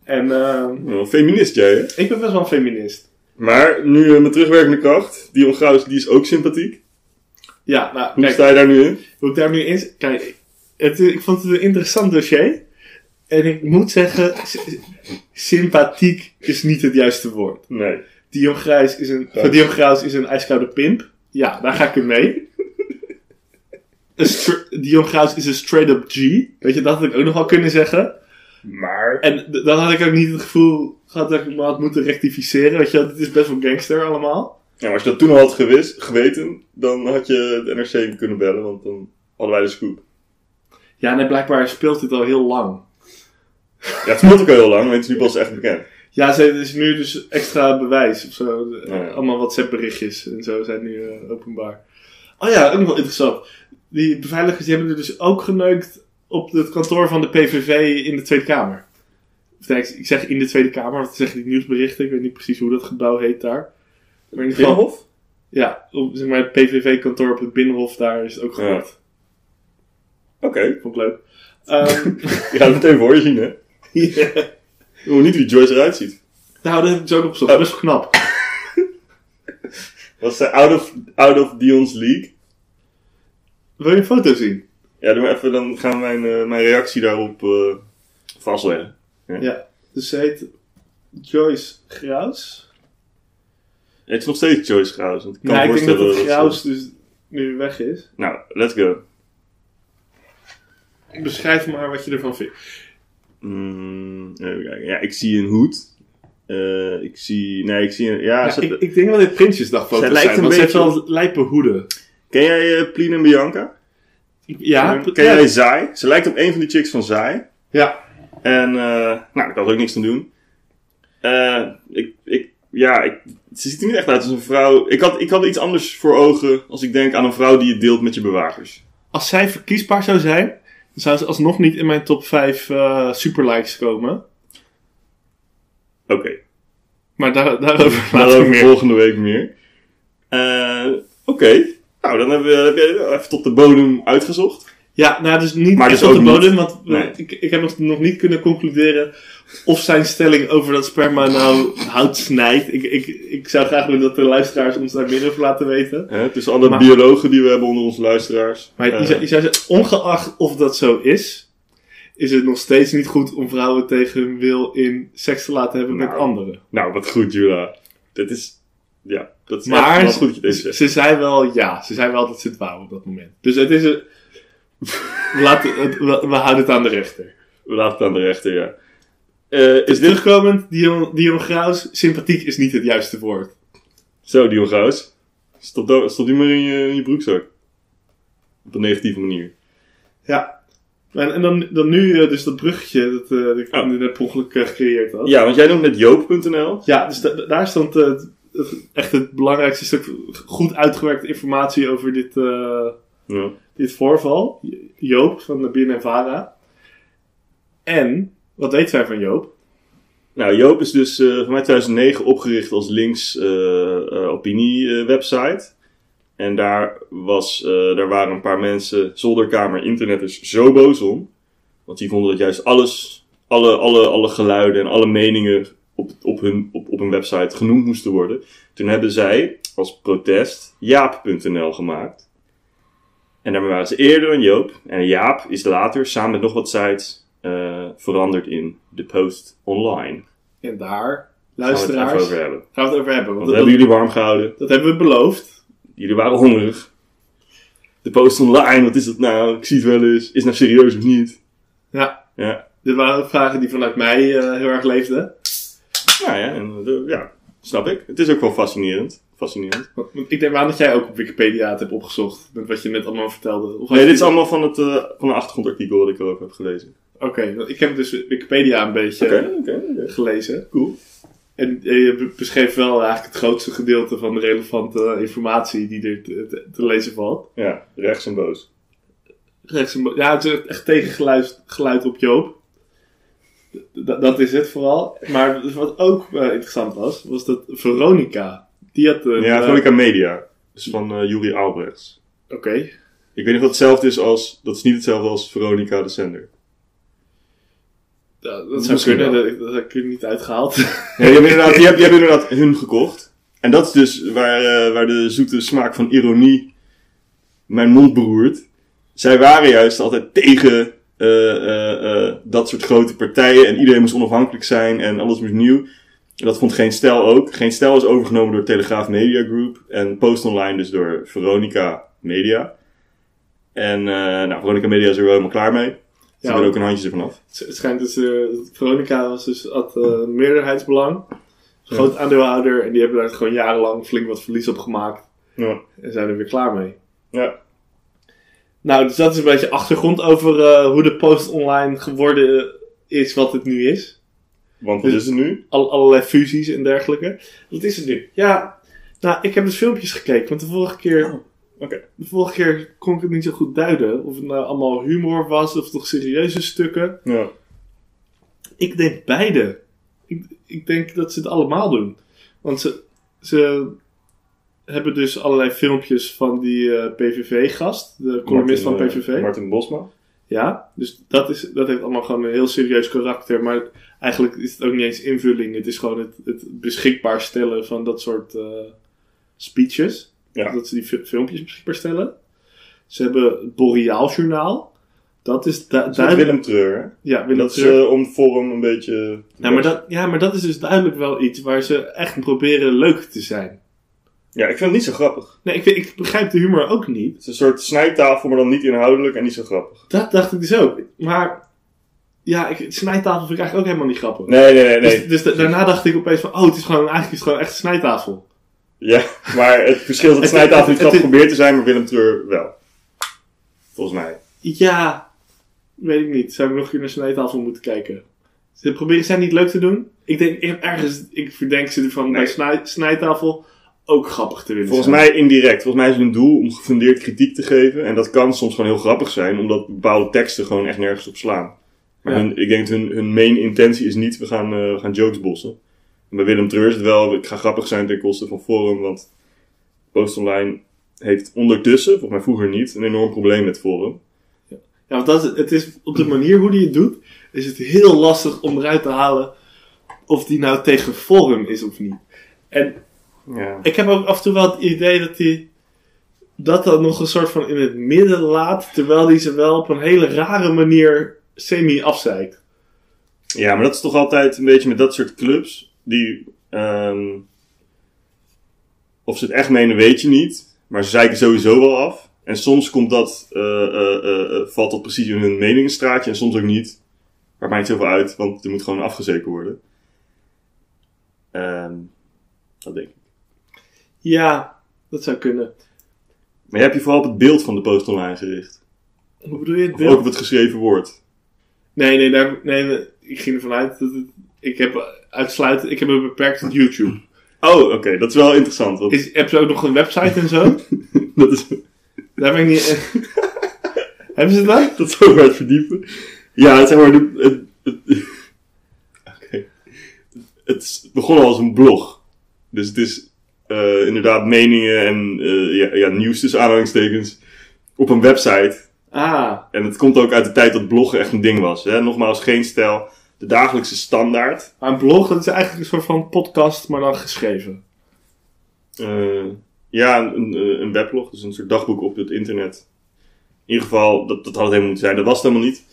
S2: En eh,
S1: Wel een Nou, feminist jij, hè?
S2: ik ben best wel een feminist.
S1: Maar nu eh, met terugwerkende kracht, Dion Graus, die is ook sympathiek.
S2: Ja, nou,
S1: Hoe
S2: kijk,
S1: sta je daar nu in?
S2: hoe ik daar nu in... Kijk, het, ik vond het een interessant dossier. En ik moet zeggen, sy- sympathiek is niet het juiste woord.
S1: Nee.
S2: Dion Grijs is een,
S1: Ja.
S2: van Dion Graus is een ijskoude pimp. Ja, daar ga ik in mee. Een stra- Dion Graus is een straight-up G. Weet je, dat had ik ook nog wel kunnen zeggen.
S1: Maar...
S2: En d- dan had ik ook niet het gevoel gehad dat ik me had moeten rectificeren. Weet je, wel, dit is best wel gangster allemaal.
S1: Ja, maar als je dat toen al had gewis, geweten, dan had je de NRC kunnen bellen, want dan hadden wij de scoop.
S2: Ja, nee, blijkbaar speelt dit al heel lang.
S1: Ja, het speelt ook al heel lang, maar het is nu pas echt bekend.
S2: Ja, ze, er is nu dus extra bewijs of zo.
S1: Ja, ja.
S2: Allemaal WhatsApp-berichtjes en zo zijn nu eh, openbaar. Oh ja, ook nog wel interessant. Die beveiligers die hebben er dus ook geneukt op het kantoor van de PVV in de Tweede Kamer. Of nee, ik zeg in de Tweede Kamer, want dat zeggen die nieuwsberichten. Ik weet niet precies hoe dat gebouw heet daar. Maar in ieder geval,
S1: Binnenhof?
S2: ja, op, zeg maar het PVV-kantoor op het Binnenhof daar is het
S1: Ja.
S2: ook gebeurd.
S1: Oké,
S2: Vond ik leuk. Ehm,
S1: je gaat het meteen voor je zien, hè?
S2: ja.
S1: Je moet niet hoe Joyce eruit ziet.
S2: Nou, dat heb ik zo ook opgezocht. Best wel knap.
S1: Was zij out of, out of Dion's league?
S2: Wil je een foto zien?
S1: Ja, doe maar even, dan gaan we mijn, eh, mijn reactie daarop eh, vastleggen.
S2: Ja, dus ze heet Joyce Graus.
S1: Het is nog steeds Joyce Graus, want ik kan
S2: Ja,
S1: me
S2: ik denk dat
S1: voorstellen
S2: het
S1: ze-
S2: Graus dus nu weg is.
S1: Nou, let's go.
S2: Beschrijf maar wat je ervan vindt.
S1: Mm, even kijken. Ja, ik zie een hoed. Eh, ik zie... Nee, ik zie een... Ja,
S2: Ja,
S1: ze-
S2: ik, ik denk wel dit Prinsjesdagfoto's
S1: Zij
S2: zijn,
S1: lijkt een
S2: want ze
S1: beetje-
S2: heeft wel lijpe hoeden.
S1: Ken jij eh, Plien en Bianca?
S2: Ja,
S1: Ken
S2: ja,
S1: jij Zai? Ze lijkt op een van die chicks van Zai.
S2: ja.
S1: En, eh, nou, ik had ook niks te doen. Eh, ik, ik, ja, ik, ze ziet er niet echt uit als een vrouw. Ik had, ik had iets anders voor ogen als ik denk aan een vrouw die je deelt met je bewakers.
S2: Als zij verkiesbaar zou zijn, dan zou ze alsnog niet in mijn top 5 superlikes komen.
S1: Oké,
S2: Maar daar, daarover later
S1: daarover
S2: meer.
S1: volgende week meer. Eh, Oké, nou, dan hebben we, heb jij even tot de bodem uitgezocht.
S2: Ja, nou, dus niet
S1: Maar
S2: echt
S1: dus
S2: op de
S1: ook
S2: bodem, want
S1: Nee.
S2: want ik, ik heb nog, nog niet kunnen concluderen of zijn stelling over dat sperma nou hout snijdt. Ik, ik, ik zou graag willen dat de luisteraars ons daar meer over laten weten.
S1: Hè, tussen alle
S2: Maar-
S1: biologen die we hebben onder onze luisteraars.
S2: Maar
S1: Eh,
S2: je, zou, je zou zeggen, ongeacht of dat zo is, is het nog steeds niet goed om vrouwen tegen hun wil in seks te laten hebben met
S1: Nou,
S2: anderen.
S1: Nou, wat goed, Jula. Dit is, ja, dat is echt
S2: Maar
S1: wel goed dat je dit
S2: ze,
S1: zegt.
S2: ze zei wel ja, ze zei wel dat ze het wou op dat moment. Dus het is een... Laat het, we, we houden het aan de rechter.
S1: We laten het aan de rechter, ja. Eh, is dit...
S2: Terugkomend, Dion, Dion Graus, sympathiek is niet het juiste woord.
S1: Zo, Dion Gauws. Stop, da- stop die maar in je, in je broekzak. Op een negatieve manier.
S2: Ja. En, en dan, dan nu eh, dus dat bruggetje dat, eh, dat ik
S1: Oh.
S2: net per ongeluk eh, gecreëerd had.
S1: Ja, want jij noemt net joop.nl.
S2: Ja, dus da- da- daar stond eh, het- het- echt het belangrijkste stuk goed uitgewerkte informatie over dit, eh,
S1: Ja.
S2: dit voorval. J- Joop van de BNNVARA. En, wat weten wij van Joop?
S1: Nou, Joop is dus eh, van mij 2009 opgericht als links eh opinie-website. en daar, was, eh, daar waren een paar mensen, zolderkamer, interneters, zo boos om. Want die vonden dat juist alles, alle, alle, alle geluiden en alle meningen op, op, hun, op, op hun website genoemd moesten worden. Toen hebben zij als protest jaap.nl gemaakt. En daarmee waren ze eerder dan Joop. En Jaap is later samen met nog wat sites eh, veranderd in de Post Online.
S2: En daar,
S1: Gaan we het
S2: luisteraars,
S1: even over hebben.
S2: gaan we het over hebben.
S1: Want
S2: Want dat,
S1: we hebben jullie warm gehouden.
S2: dat hebben we beloofd.
S1: Jullie waren hongerig. De post online, wat is dat nou? Ik zie het wel eens. Is het nou serieus of niet?
S2: Ja,
S1: Ja.
S2: dit waren ook vragen die vanuit mij eh, heel erg leefden.
S1: Nou ja, en, eh, de- ja, snap ik. Het is ook wel fascinerend. Fascinerend.
S2: Want- want ik neem aan dat jij ook op Wikipedia het hebt opgezocht. Met wat je net allemaal vertelde. Of had
S1: Nee,
S2: je-
S1: dit is allemaal van, het, eh, van een achtergrondartikel wat ik erover heb gelezen.
S2: Oké, want ik heb dus Wikipedia een beetje
S1: Oké, oké, oké.
S2: gelezen.
S1: Cool.
S2: En eh, je be- beschreef wel eigenlijk het grootste gedeelte van de relevante informatie die er te, te- te lezen valt.
S1: Ja, rechts en boos.
S2: Rechts een bo- Ja, het is echt- echt tegengeluid geluid op Joop. D- d- dat is het vooral. Maar wat ook eh, interessant was, was dat Veronica. Die had een...
S1: Ja,
S2: eh,
S1: Veronica Media. Dat is van eh Juri Albrechts.
S2: Oké.
S1: Ik weet niet of dat hetzelfde is als... Dat is niet hetzelfde als Veronica de Zender.
S2: Ja, dat zou
S1: Misschien
S2: kunnen,
S1: wel.
S2: dat, dat heb ik er niet uitgehaald.
S1: Ja, je, hebt inderdaad, je, hebt, je hebt inderdaad hun gekocht. En dat is dus waar, eh, waar de zoete smaak van ironie mijn mond beroert. Zij waren juist altijd tegen eh, eh, eh, dat soort grote partijen. En iedereen moest onafhankelijk zijn en alles moest nieuw. En dat vond Geen Stijl ook. Geen Stijl is overgenomen door Telegraaf Media Group. En Post Online dus door Veronica Media. En eh, nou, Veronica Media is er wel helemaal klaar mee. Ze
S2: Ja.
S1: hebben er ook een handje ervan af.
S2: Het het schijnt dus, eh, Veronica was dus, had eh, meerderheidsbelang. Groot aandeelhouder. En die hebben daar gewoon jarenlang flink wat verlies op gemaakt.
S1: Ja.
S2: En zijn er weer klaar mee.
S1: Ja.
S2: Nou, dus dat is een beetje achtergrond over eh, hoe de post online geworden is wat het nu is.
S1: Want wat is het nu?
S2: Al, allerlei fusies en dergelijke. Wat is het nu? Ja, nou, ik heb dus filmpjes gekeken. Want de vorige keer,
S1: Oh, oké.
S2: de vorige keer kon ik het niet zo goed duiden. Of het nou allemaal humor was of toch serieuze stukken.
S1: Ja.
S2: Ik denk beide. Ik, ik denk dat ze het allemaal doen. Want ze, ze hebben dus allerlei filmpjes van die eh, PVV-gast, de columnist van
S1: Martin, eh,
S2: PVV.
S1: Martin Bosma.
S2: ja, dus dat, is, dat heeft allemaal gewoon een heel serieus karakter. Maar eigenlijk is het ook niet eens invulling. Het is gewoon het, het beschikbaar stellen van dat soort eh, speeches.
S1: Ja.
S2: Dat ze die fi- filmpjes beschikbaar stellen. Ze hebben het Boreaal Journaal. Dat is du-
S1: Dat is met
S2: duidelijk.
S1: Willem Treur, hè?
S2: ja, Willem
S1: dat is
S2: Treur.
S1: eh, om Forum een beetje...
S2: Ja maar, dat, ja, maar dat is dus duidelijk wel iets waar ze echt proberen leuk te zijn.
S1: Ja, ik vind het niet zo grappig.
S2: Nee, ik, vind- ik begrijp de humor ook niet.
S1: Het is een soort snijtafel, maar dan niet inhoudelijk en niet zo grappig.
S2: Dat dacht ik dus ook. Maar ja, ik, snijtafel vind ik eigenlijk ook helemaal niet grappig.
S1: Nee, nee, nee. nee.
S2: Dus, dus da- daarna dacht ik opeens van, oh, het is gewoon, eigenlijk is het gewoon echt een snijtafel.
S1: Ja, maar het verschil is dat
S2: Het-
S1: snijtafel
S2: het-
S1: niet grappig
S2: het-
S1: probeert te zijn, maar Willem Treur wel. Volgens mij.
S2: Ja, weet ik niet. Zou ik nog een keer naar snijtafel moeten kijken? Ze proberen zijn niet leuk te doen. Ik denk, ik heb ergens, ik verdenk ze ervan bij snij, snijtafel ook grappig te willen
S1: Volgens
S2: zijn.
S1: mij indirect. Volgens mij is hun doel om gefundeerd kritiek te geven. En dat kan soms gewoon heel grappig zijn, omdat bepaalde teksten gewoon echt nergens op slaan. Maar
S2: Ja.
S1: hun- ik denk dat hun, hun main intentie is niet, we gaan, eh, we gaan jokes bossen. En bij Willem Treur is het wel, ik ga grappig zijn ten koste van Forum, want Post Online heeft ondertussen, volgens mij vroeger niet, een enorm probleem met Forum.
S2: Ja, want dat, is- het is op de manier hoe die het doet, is het heel lastig om eruit te halen of die nou tegen Forum is of niet. En
S1: Ja.
S2: ik heb ook af en toe wel het idee dat hij dat dan nog een soort van in het midden laat, terwijl hij ze wel op een hele rare manier semi afzeikt.
S1: ja, maar dat is toch altijd een beetje met dat soort clubs, die, ehm, of ze het echt menen weet je niet, maar ze zeiken sowieso wel af. En soms komt dat, eh, eh, eh, eh, valt dat precies in hun meningsstraatje en soms ook niet. Maakt mij niet zoveel uit, want er moet gewoon afgezeken worden. Ehm, dat denk ik.
S2: Ja, dat zou kunnen.
S1: Maar je hebt je vooral op het beeld van de post online gericht.
S2: Hoe bedoel je het
S1: Of ook
S2: beeld?
S1: op het geschreven woord.
S2: Nee, nee, daar, nee, nee, ik ging ervan uit dat het, ik heb uitsluitend, ik heb een beperkt op YouTube.
S1: Oh, oké, dat is wel interessant. Want
S2: Is, heb ze ook nog een website en zo?
S1: dat, is,
S2: Daar ben ik niet... Hebben ze dat?
S1: dat is ook waar het verdiepen. Ja, zeg maar, de- het, het, Oké. het is- begon al als een blog. Dus het is eh, inderdaad meningen en eh, ja, ja, nieuws tussen aanhalingstekens op een website.
S2: Ah,
S1: En het komt ook uit de tijd dat bloggen echt een ding was. Hè? Nogmaals, geen stijl. De dagelijkse standaard.
S2: maar een blog, dat is eigenlijk een soort van podcast, maar dan geschreven.
S1: Eh, ja, een, een, een weblog, dus een soort dagboek op het internet. In ieder geval, dat, dat had het helemaal moeten zijn. Dat was het helemaal niet.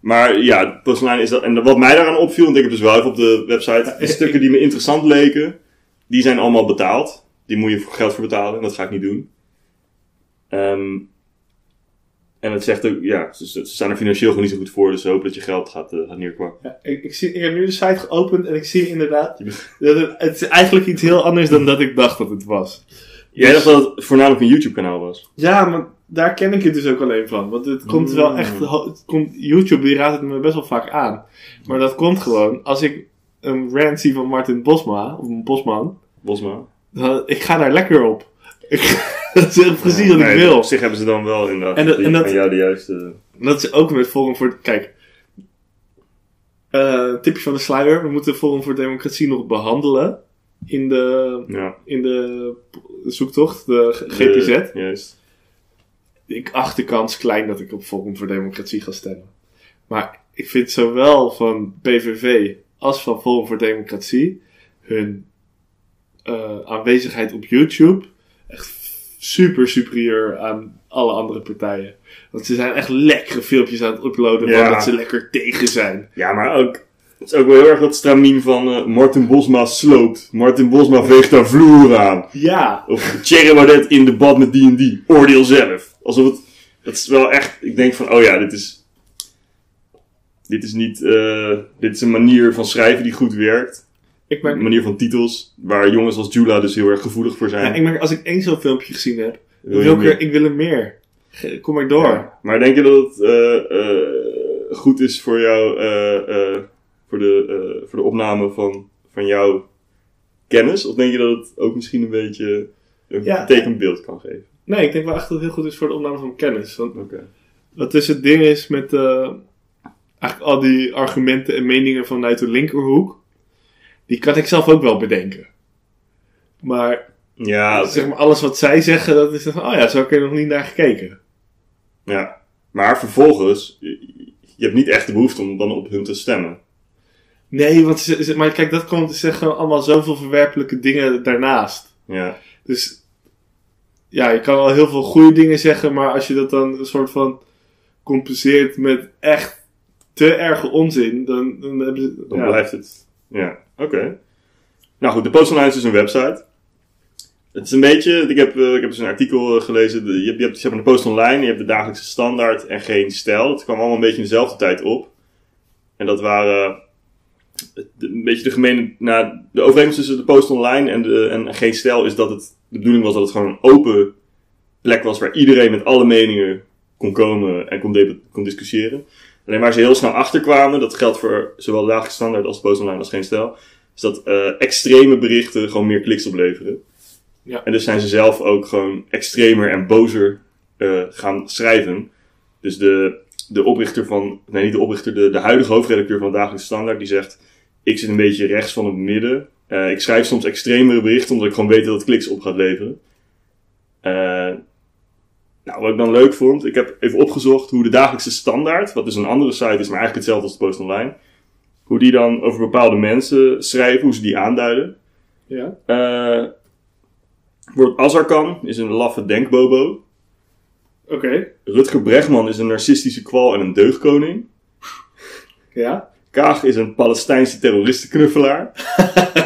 S1: Maar ja, Postline is dat. En wat mij daaraan opviel, want ik heb dus wel even op de website. De stukken die me interessant leken, die zijn allemaal betaald. Die moet je voor geld voor betalen en dat ga ik niet doen. Ehm, en het zegt ook, ja, ze, ze staan er financieel gewoon niet zo goed voor. Dus ze hopen dat je geld gaat, eh, gaat neerkwakken.
S2: Ja, ik, ik, zie, ik heb nu de site geopend en ik zie inderdaad...
S1: Je bent-
S2: Dat het, het is eigenlijk iets heel anders dan dat ik dacht dat het was. Dus
S1: Jij dacht dat het voornamelijk een YouTube-kanaal was.
S2: Ja, maar daar ken ik het dus ook alleen van. Want het komt
S1: Mm.
S2: wel echt... ho- Het komt, YouTube die raadt het me best wel vaak aan. Maar dat komt gewoon als ik een rant zie van Martin Bosma, of een Bosman...
S1: Bosma.
S2: Dan, ik ga daar lekker op. Ik, dat is echt precies wat ik
S1: Nee,
S2: wil.
S1: Op zich hebben ze dan wel inderdaad
S2: En dat- en dat-
S1: aan jou de juiste...
S2: En dat is ook met Forum voor... Kijk, eh, tipje van de sluier. We moeten Forum voor Democratie nog behandelen in de,
S1: Ja.
S2: in de zoektocht, de G- GPZ.
S1: Eh, juist.
S2: Ik acht de kans klein dat ik op Forum voor Democratie ga stemmen. Maar ik vind zowel van PVV als van Forum voor Democratie hun eh, aanwezigheid op YouTube echt super superieur aan alle andere partijen. Want ze zijn echt lekkere filmpjes aan het uploaden
S1: Ja.
S2: omdat ze lekker tegen zijn.
S1: Ja, maar ook. Het is ook wel heel erg dat stramien van eh, Martin Bosma sloopt. Martin Bosma veegt haar vloer aan.
S2: Ja,
S1: Of Thierry Baudet in debat met D&D. Oordeel zelf. Alsof het... Dat is wel echt... Ik denk van, oh ja, dit is... Dit is niet... eh, dit is een manier van schrijven die goed werkt.
S2: ik merk
S1: Een manier van titels. Waar jongens als Jula dus heel erg gevoelig voor
S2: Ja,
S1: zijn.
S2: ik merk, als ik één zo'n filmpje gezien heb,
S1: je
S2: wil ik,
S1: meer?
S2: er, ik wil er meer. Ge- Kom maar door.
S1: Ja. Maar denk je dat het eh, eh, goed is voor jou, eh, eh, voor, de, eh, voor de opname van, van jouw kennis? Of denk je dat het ook misschien een beetje een
S2: Ja.
S1: tekenbeeld kan geven?
S2: Nee, ik denk wel echt dat het heel goed is voor de opname van kennis. Want
S1: Oké.
S2: wat dus het ding is met eh, eigenlijk al die argumenten en meningen vanuit de linkerhoek, die kan ik zelf ook wel bedenken. Maar,
S1: Ja, Ah, oké.
S2: zeg maar alles wat zij zeggen, dat is dan van, oh ja, zo heb ik er nog niet naar gekeken.
S1: ja, maar vervolgens, je je hebt niet echt de behoefte om dan op hun te stemmen.
S2: Nee, want ze, ze- maar kijk, dat komt, ze zeggen gewoon allemaal zoveel verwerpelijke dingen daarnaast.
S1: Ja,
S2: Dus ja, je kan wel heel veel goede dingen zeggen, maar als je dat dan een soort van compenseert met echt te erge onzin, dan, dan hebben ze.
S1: dan
S2: ja.
S1: blijft het. Ja, oké. Nou goed, de Post Online is dus een website. Het is een beetje, ik heb, eh, ik heb dus een artikel eh, gelezen. De- je, hebt, je, hebt, je hebt de Post Online, je hebt de dagelijkse standaard en geen stijl. Het kwam allemaal een beetje in dezelfde tijd op. En dat waren eh, de- een beetje de gemene. Nou, de overeenkomst tussen de Post Online en, de, en geen stijl is dat het de bedoeling was dat het gewoon een open plek was waar iedereen met alle meningen kon komen en kon, debat- kon discussiëren. Alleen waar ze heel snel achter kwamen, dat geldt voor zowel de dagelijkse standaard als de Post Online als geen stijl, is dat eh, extreme berichten gewoon meer kliks opleveren.
S2: Ja.
S1: En dus zijn ze zelf ook gewoon extremer en bozer eh, gaan schrijven. Dus de, de oprichter van, nee niet de oprichter, de, de huidige hoofdredacteur van de Dagelijkse Standaard, die zegt, ik zit een beetje rechts van het midden. Eh, ik schrijf soms extremere berichten omdat ik gewoon weet dat het kliks op gaat leveren. Eh, nou, wat ik dan leuk vond, ik heb even opgezocht hoe de dagelijkse standaard, wat dus een andere site is, maar eigenlijk hetzelfde als de Post Online, hoe die dan over bepaalde mensen schrijven, hoe ze die aanduiden.
S2: Ja.
S1: Eh wordt Azarkan is een laffe denkbobo.
S2: Oké.
S1: Rutger Bregman is een narcistische kwal en een deugdkoning.
S2: Ja.
S1: Kaag is een Palestijnse terroristenknuffelaar.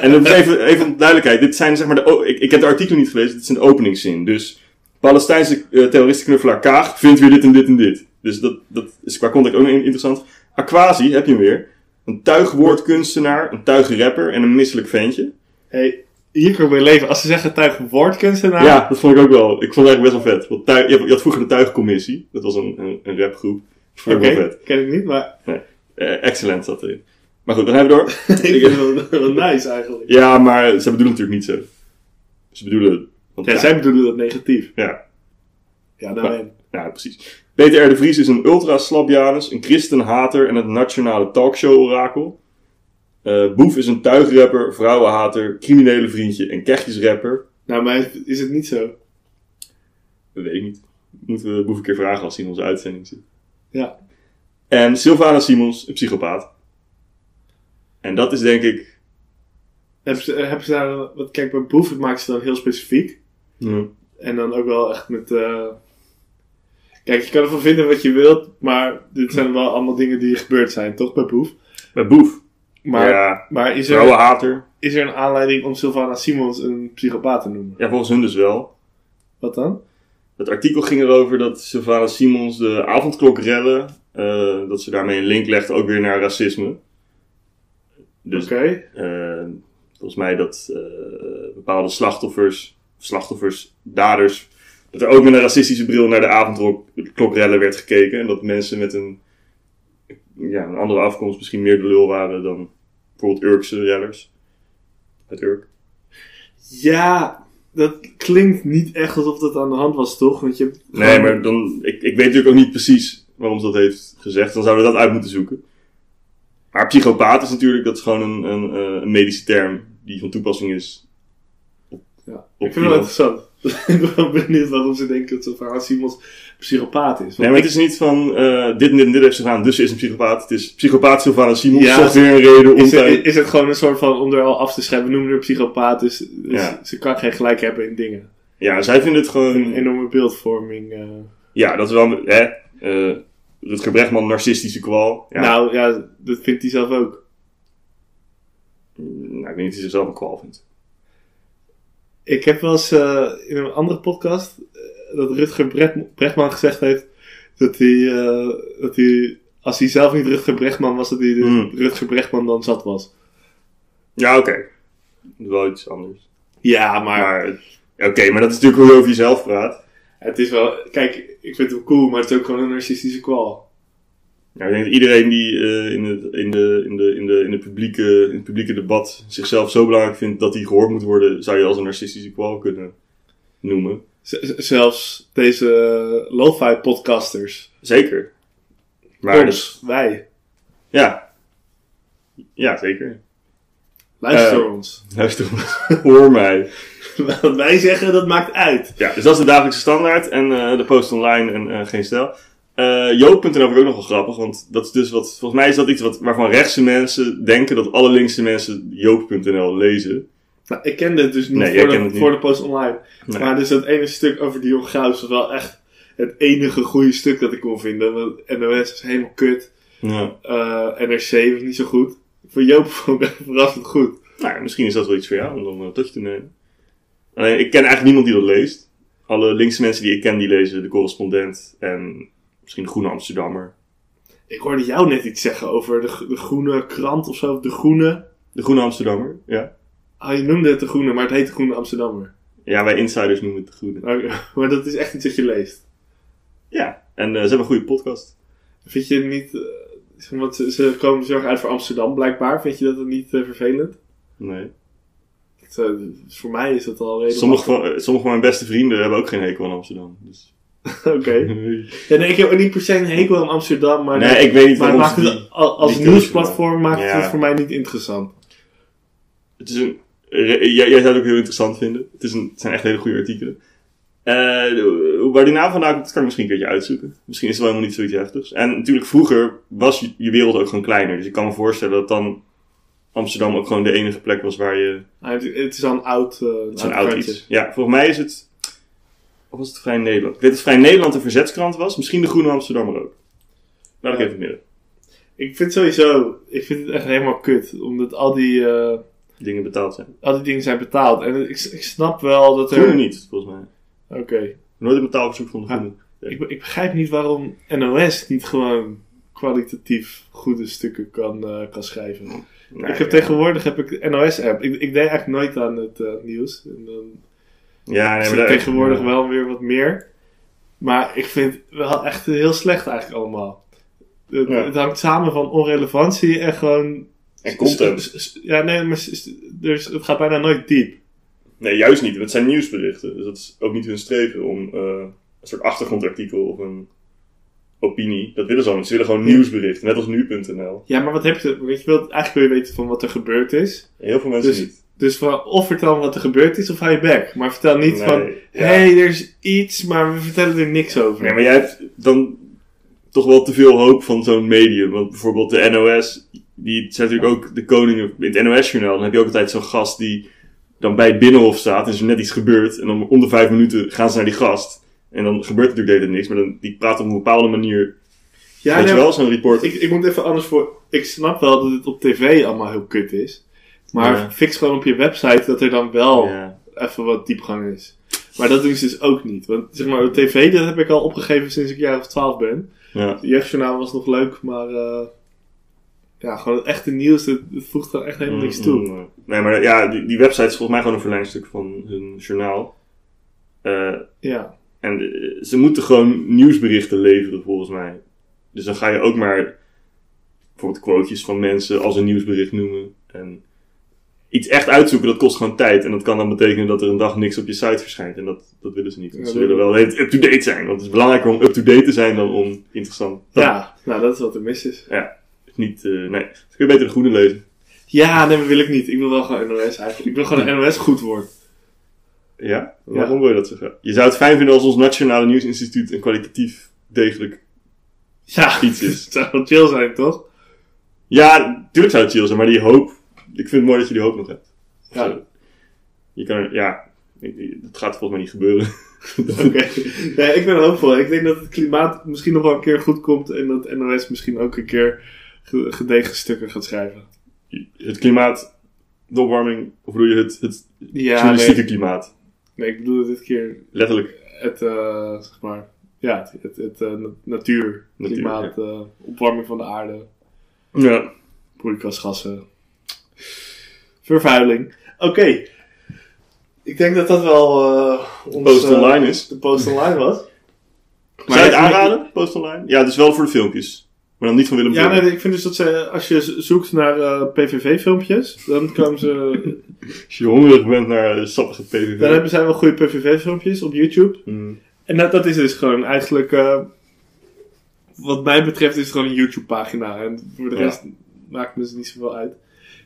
S1: en dat is even, even om duidelijkheid. Dit zijn zeg maar de. o- ik, ik heb de artikelen niet gelezen, dit is een openingszin. Dus Palestijnse eh, terroristenknuffelaar Kaag vindt weer dit en dit en dit. Dus dat, dat is qua context ook nog in- interessant. Aquasi heb je hem weer. Een tuigwoordkunstenaar, een tuigrapper en een misselijk ventje.
S2: Hey, hier kan ik mee leven. Als ze zeggen tuig woordkunstenaar.
S1: Ja, dat vond ik ook wel. Ik vond het eigenlijk best wel vet. Want tuig- je, had, je had vroeger de Tuigcommissie. Dat was een, een, een rapgroep. Dat vond
S2: Oké,
S1: ik wel vet.
S2: ken ik niet, maar
S1: Eh, excellent zat erin. Maar goed, dan gaan we door.
S2: ik vind het wel, wel nice eigenlijk.
S1: Ja, maar ze bedoelen natuurlijk niet zo. Ze bedoelen... Want,
S2: Ja, zij bedoelen dat negatief.
S1: ja,
S2: Ja, daarmee.
S1: ja, precies. Peter R. de Vries is een ultra-slapjanus, een christenhater en het nationale talkshow-orakel. Eh, Boef is een tuigrapper, vrouwenhater, criminele vriendje en kechtjesrapper.
S2: Nou, maar is het niet zo?
S1: Dat weet ik niet. Moeten we Boef een keer vragen als hij in onze uitzending zit.
S2: Ja.
S1: En Sylvana Simons, een psychopaat. En dat is denk ik...
S2: Hebben ze, hebben ze daar, wat, kijk, bij Boef maken ze dan heel specifiek. En dan ook wel echt met. eh, Kijk, je kan ervan vinden wat je wilt, maar dit zijn wel allemaal dingen die gebeurd zijn, toch? Bij Boef.
S1: Bij Boef.
S2: Maar,
S1: ja,
S2: maar is, er,
S1: vrouwenhater.
S2: is er een aanleiding om Sylvana Simons een psychopaat te noemen?
S1: Ja, volgens hun dus wel.
S2: Wat dan?
S1: Het artikel ging erover dat Sylvana Simons de avondklok rellen. eh, dat ze daarmee een link legde ook weer naar racisme. Dus
S2: Oké.
S1: eh, volgens mij dat eh, bepaalde slachtoffers, slachtoffers, daders, dat er ook met een racistische bril naar de avondklokrellen werd gekeken. En dat mensen met een, ja, een andere afkomst misschien meer de lul waren dan bijvoorbeeld Urkse rellers. Uit Urk.
S2: Ja, dat klinkt niet echt alsof dat aan de hand was, toch? Want je hebt
S1: Nee, maar dan, ik, ik weet natuurlijk ook niet precies waarom ze dat heeft gezegd. Dan zouden we dat uit moeten zoeken. Maar psychopaat is natuurlijk, dat is gewoon een, een, eh, een medische term die van toepassing is.
S2: Ja,
S1: op
S2: ik vind het wel
S1: iemand.
S2: interessant. ik ben wel benieuwd waarom ze denken dat zo'n Hans Simons psychopaat is.
S1: Nee,
S2: Want
S1: maar het is niet van eh, dit en dit en dit heeft ze gedaan, dus ze is een psychopaat. Het is psychopaat Sylvana Simons,
S2: Ja,
S1: zocht weer een reden om
S2: is,
S1: te...
S2: het, is het gewoon een soort van om er al af te schrijven? We noemen haar psychopaat, dus, dus
S1: Ja.
S2: ze kan geen gelijk hebben in dingen.
S1: Ja, zij vindt het
S2: Een
S1: gewoon...
S2: enorme beeldvorming. eh.
S1: Ja, dat is wel... Hè, eh Rutger Bregman, narcistische kwal. Ja, nou.
S2: Nou ja, dat vindt hij zelf ook.
S1: Mm, nou, ik weet niet of ze zichzelf een kwal vindt.
S2: Ik heb wel eens eh, in een andere podcast eh, dat Rutger Brecht- Bregman gezegd heeft dat hij, eh, dat hij, als hij zelf niet Rutger Bregman was, dat hij de
S1: Hmm.
S2: Rutger Bregman dan zat was.
S1: Ja, oké. Dat is wel iets anders.
S2: Ja, maar
S1: Maar, oké, maar dat is natuurlijk hoe je over jezelf praat.
S2: het is wel, kijk, ik vind hem cool, maar het is ook gewoon een narcistische kwal.
S1: Ja, ik denk dat iedereen die eh, in, het, in, de, in, de, in, de, in, de publieke, in het publieke debat zichzelf zo belangrijk vindt dat hij gehoord moet worden, zou je als een narcistische kwal kunnen noemen.
S2: Z- z- zelfs deze lo-fi podcasters.
S1: Zeker. Maar, dus,
S2: Maar wij,
S1: ja. Ja, zeker.
S2: luister
S1: Eh.
S2: ons.
S1: Luister ons. Hoor mij.
S2: Wat wij zeggen, dat maakt uit.
S1: Ja, dus dat is de dagelijkse standaard en eh, de post online en eh, geen stijl. Eh Joop.nl vind ik ook nog wel grappig, want dat is dus wat, volgens mij is dat iets wat, waarvan rechtse mensen denken dat alle linkse mensen Joop.nl lezen.
S2: Nou, ik kende het dus niet,
S1: Nee, jij
S2: voor, de,
S1: kent het niet.
S2: voor de post online.
S1: Nee.
S2: Maar dus dat ene stuk over Dion Graus was wel echt het enige goede stuk dat ik kon vinden. Want NOS is helemaal kut.
S1: Ja.
S2: Eh, NRC was niet zo goed. Voor Joop vond ik echt verrassend goed.
S1: Nou, ja, misschien is dat wel iets voor jou om dan een touch te nemen. Alleen, ik ken eigenlijk niemand die dat leest. Alle linkse mensen die ik ken, die lezen De Correspondent en misschien De Groene Amsterdammer.
S2: Ik hoorde jou net iets zeggen over de, gro- de groene krant of zo. De groene.
S1: De Groene Amsterdammer, ja.
S2: Oh, je noemde het de groene, maar het heet de groene Amsterdammer.
S1: Ja, wij insiders noemen het De Groene.
S2: Maar, maar dat is echt iets dat je leest.
S1: Ja, en eh, ze hebben een goede podcast.
S2: Vind je het niet... eh, zeg maar, want ze, ze komen zorg uit voor Amsterdam blijkbaar. Vind je dat niet eh, vervelend?
S1: Nee.
S2: Het, eh, voor mij is dat al redelijk...
S1: Sommige van, eh, sommige van mijn beste vrienden hebben ook geen hekel aan Amsterdam. Dus...
S2: Oké. Ja, nee, ik heb niet per se een hekel aan Amsterdam, maar,
S1: Nee, ik weet niet
S2: maar
S1: waarom
S2: maakt
S1: ze die-
S2: het, al- als
S1: die
S2: nieuwsplatform maakt
S1: Ja.
S2: het voor mij niet interessant.
S1: Het is een. re- Jij, jij zou het ook heel interessant vinden. Het, is een, het zijn echt hele goede artikelen. Eh, de- waar die naam vandaan komt, dat kan ik misschien een keertje uitzoeken. Misschien is het wel helemaal niet zoiets heftigs. En natuurlijk, vroeger was je, je wereld ook gewoon kleiner. Dus ik kan me voorstellen dat dan Amsterdam ook gewoon de enige plek was waar je.
S2: Hij heeft- Het is al een oud, eh, een
S1: Zo'n
S2: oud
S1: oud
S2: krantje.
S1: iets. Ja, volgens mij is het. Of was het Vrij Nederland? Ik weet dat Vrij Nederland een verzetskrant was. Misschien de Groene Amsterdammer ook. Laat ik
S2: Ja.
S1: even midden.
S2: Ik vind sowieso, ik vind het echt helemaal kut, omdat al die, eh,
S1: Dingen betaald zijn.
S2: al die dingen zijn betaald. En ik, ik snap wel dat er...
S1: Groene niet, volgens mij.
S2: Oké.
S1: Nooit een betaalverzoek van de
S2: Ja.
S1: Groene.
S2: Ik, be- ik begrijp niet waarom NOS niet gewoon kwalitatief goede stukken kan, eh, kan schrijven.
S1: Nee,
S2: ik heb
S1: ja.
S2: tegenwoordig heb ik de NOS-app. Ik, ik deed eigenlijk nooit aan het eh, nieuws. En dan
S1: Ja, nee,
S2: Is
S1: maar
S2: het
S1: daar-
S2: tegenwoordig wel weer wat meer. Maar ik vind het wel echt heel slecht eigenlijk allemaal. Het,
S1: Ja.
S2: het hangt samen van onrelevantie en gewoon...
S1: En content.
S2: S- s- s- Ja, nee, maar s- s- dus het gaat bijna nooit diep.
S1: Nee, juist niet. Want het zijn nieuwsberichten. Dus dat is ook niet hun streven om eh, een soort achtergrondartikel of een opinie. Dat willen ze allemaal. niet. Ze willen gewoon nieuwsberichten. Net als nu.nl.
S2: Ja, maar wat heb je... Weet je wel, eigenlijk wil je weten van wat er gebeurd is.
S1: En heel veel mensen
S2: Dus-
S1: niet.
S2: Dus van, of vertel wat er gebeurd is of hou je bek. Maar vertel niet
S1: Nee,
S2: van...
S1: ja.
S2: Hé, hey, er is iets, maar we vertellen er niks over.
S1: Nee, maar jij hebt dan toch wel te veel hoop van zo'n medium. Want bijvoorbeeld de NOS, die zijn natuurlijk ook de koningen in het NOS-journaal. Dan heb je ook altijd zo'n gast die dan bij het binnenhof staat. En is er net iets gebeurd. En dan om de vijf minuten gaan ze naar die gast. En dan gebeurt natuurlijk de hele tijd niks. Maar dan, die praat op een bepaalde manier.
S2: ja,
S1: weet
S2: nee,
S1: je wel, zo'n reporter.
S2: Ik, ik moet even anders voor. Ik snap wel dat het op tv allemaal heel kut is. Maar
S1: Ja.
S2: fix gewoon op je website dat er dan wel
S1: Ja.
S2: even wat diepgang is. Maar dat doen ze dus ook niet. Want zeg maar, op tv dat heb ik al opgegeven sinds ik een jaar of twaalf ben.
S1: Ja.
S2: Het jeugdjournaal was nog leuk, maar eh, ja, gewoon het echte nieuws, dat, dat voegt gewoon echt helemaal niks toe.
S1: Mm, mm, mm. Nee, maar ja, die, die website is volgens mij gewoon een verlengstuk van hun journaal. Eh,
S2: Ja.
S1: en eh, ze moeten gewoon nieuwsberichten leveren, volgens mij. Dus dan ga je ook maar bijvoorbeeld quotejes van mensen als een nieuwsbericht noemen. En iets echt uitzoeken, dat kost gewoon tijd. En dat kan dan betekenen dat er een dag niks op je site verschijnt. En dat, dat willen ze niet. Want
S2: Ja,
S1: ze
S2: dat-
S1: willen wel de hele tijd up-to-date zijn. Want het is belangrijker om up-to-date te zijn dan om interessant.
S2: ja, nou dat is wat er mis is.
S1: Niet, eh, nee, dus kun je beter de goede lezen.
S2: Ja, nee, dat wil ik niet. Ik wil wel gewoon NOS eigenlijk. Ik wil gewoon een NOS goed worden.
S1: Ja? Waarom wil je dat zeggen? Je zou het fijn vinden als ons Nationale Nieuwsinstituut een kwalitatief degelijk
S2: Ja,
S1: iets is.
S2: het zou wel chill zijn, toch?
S1: Ja, natuurlijk zou het chill zijn, maar die hoop. Ik vind het mooi dat je die hoop nog hebt.
S2: Ja.
S1: Zo. Je kan, er- ja, ik- ik- dat gaat volgens mij niet gebeuren.
S2: Oké. Nee, ik ben hoopvol. Ik denk dat het klimaat misschien nog wel een keer goed komt en dat NOS misschien ook een keer ge- gedegen stukken gaat schrijven.
S1: Het klimaat, de opwarming, of bedoel je het, het
S2: Ja,
S1: journalistieke
S2: nee,
S1: klimaat?
S2: nee, ik bedoel dit keer
S1: Letterlijk.
S2: het, eh, zeg maar, ja, het, het, het, eh, na- natuur,
S1: Natuur,
S2: klimaat, eh, opwarming van de aarde,
S1: Ja.
S2: broeikasgassen, vervuiling. Oké. Ik denk dat dat wel eh ons,
S1: Post
S2: eh,
S1: online is.
S2: de post online was.
S1: zou je het aanraden, post online? Ja, dus wel voor de filmpjes. Maar dan niet van Willem
S2: Ja,
S1: Bruno.
S2: nee, ik vind dus dat ze, als je z- zoekt naar eh, PVV-filmpjes, dan komen ze.
S1: Als je hongerig bent naar eh, sappige PVV.
S2: dan hebben zij wel goede PVV-filmpjes op YouTube.
S1: Mm.
S2: En dat, dat is dus gewoon eigenlijk. eh, wat mij betreft is het gewoon een YouTube-pagina. En voor de
S1: Ja.
S2: rest maakt me dus niet zoveel uit.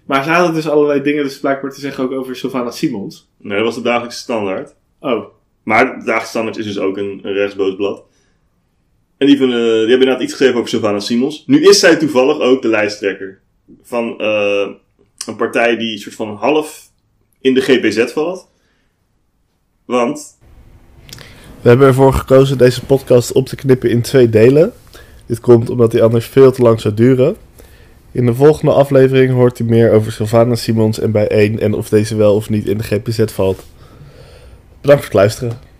S2: Maar ze hadden dus allerlei dingen, dus blijkbaar te zeggen ook over Sylvana Simons.
S1: Nee, dat was de dagelijkse standaard.
S2: Oh,
S1: Maar de dagelijkse standaard is dus ook een, een rechtsboos blad. En die, van, eh, die hebben inderdaad iets geschreven over Sylvana Simons. Nu is zij toevallig ook de lijsttrekker van eh, een partij die soort van half in de GPZ valt. Want,
S3: We hebben ervoor gekozen deze podcast op te knippen in twee delen. Dit komt omdat die anders veel te lang zou duren. In de volgende aflevering hoort u meer over Sylvana Simons en bij 1 en of deze wel of niet in de GPZ valt. Bedankt voor het luisteren.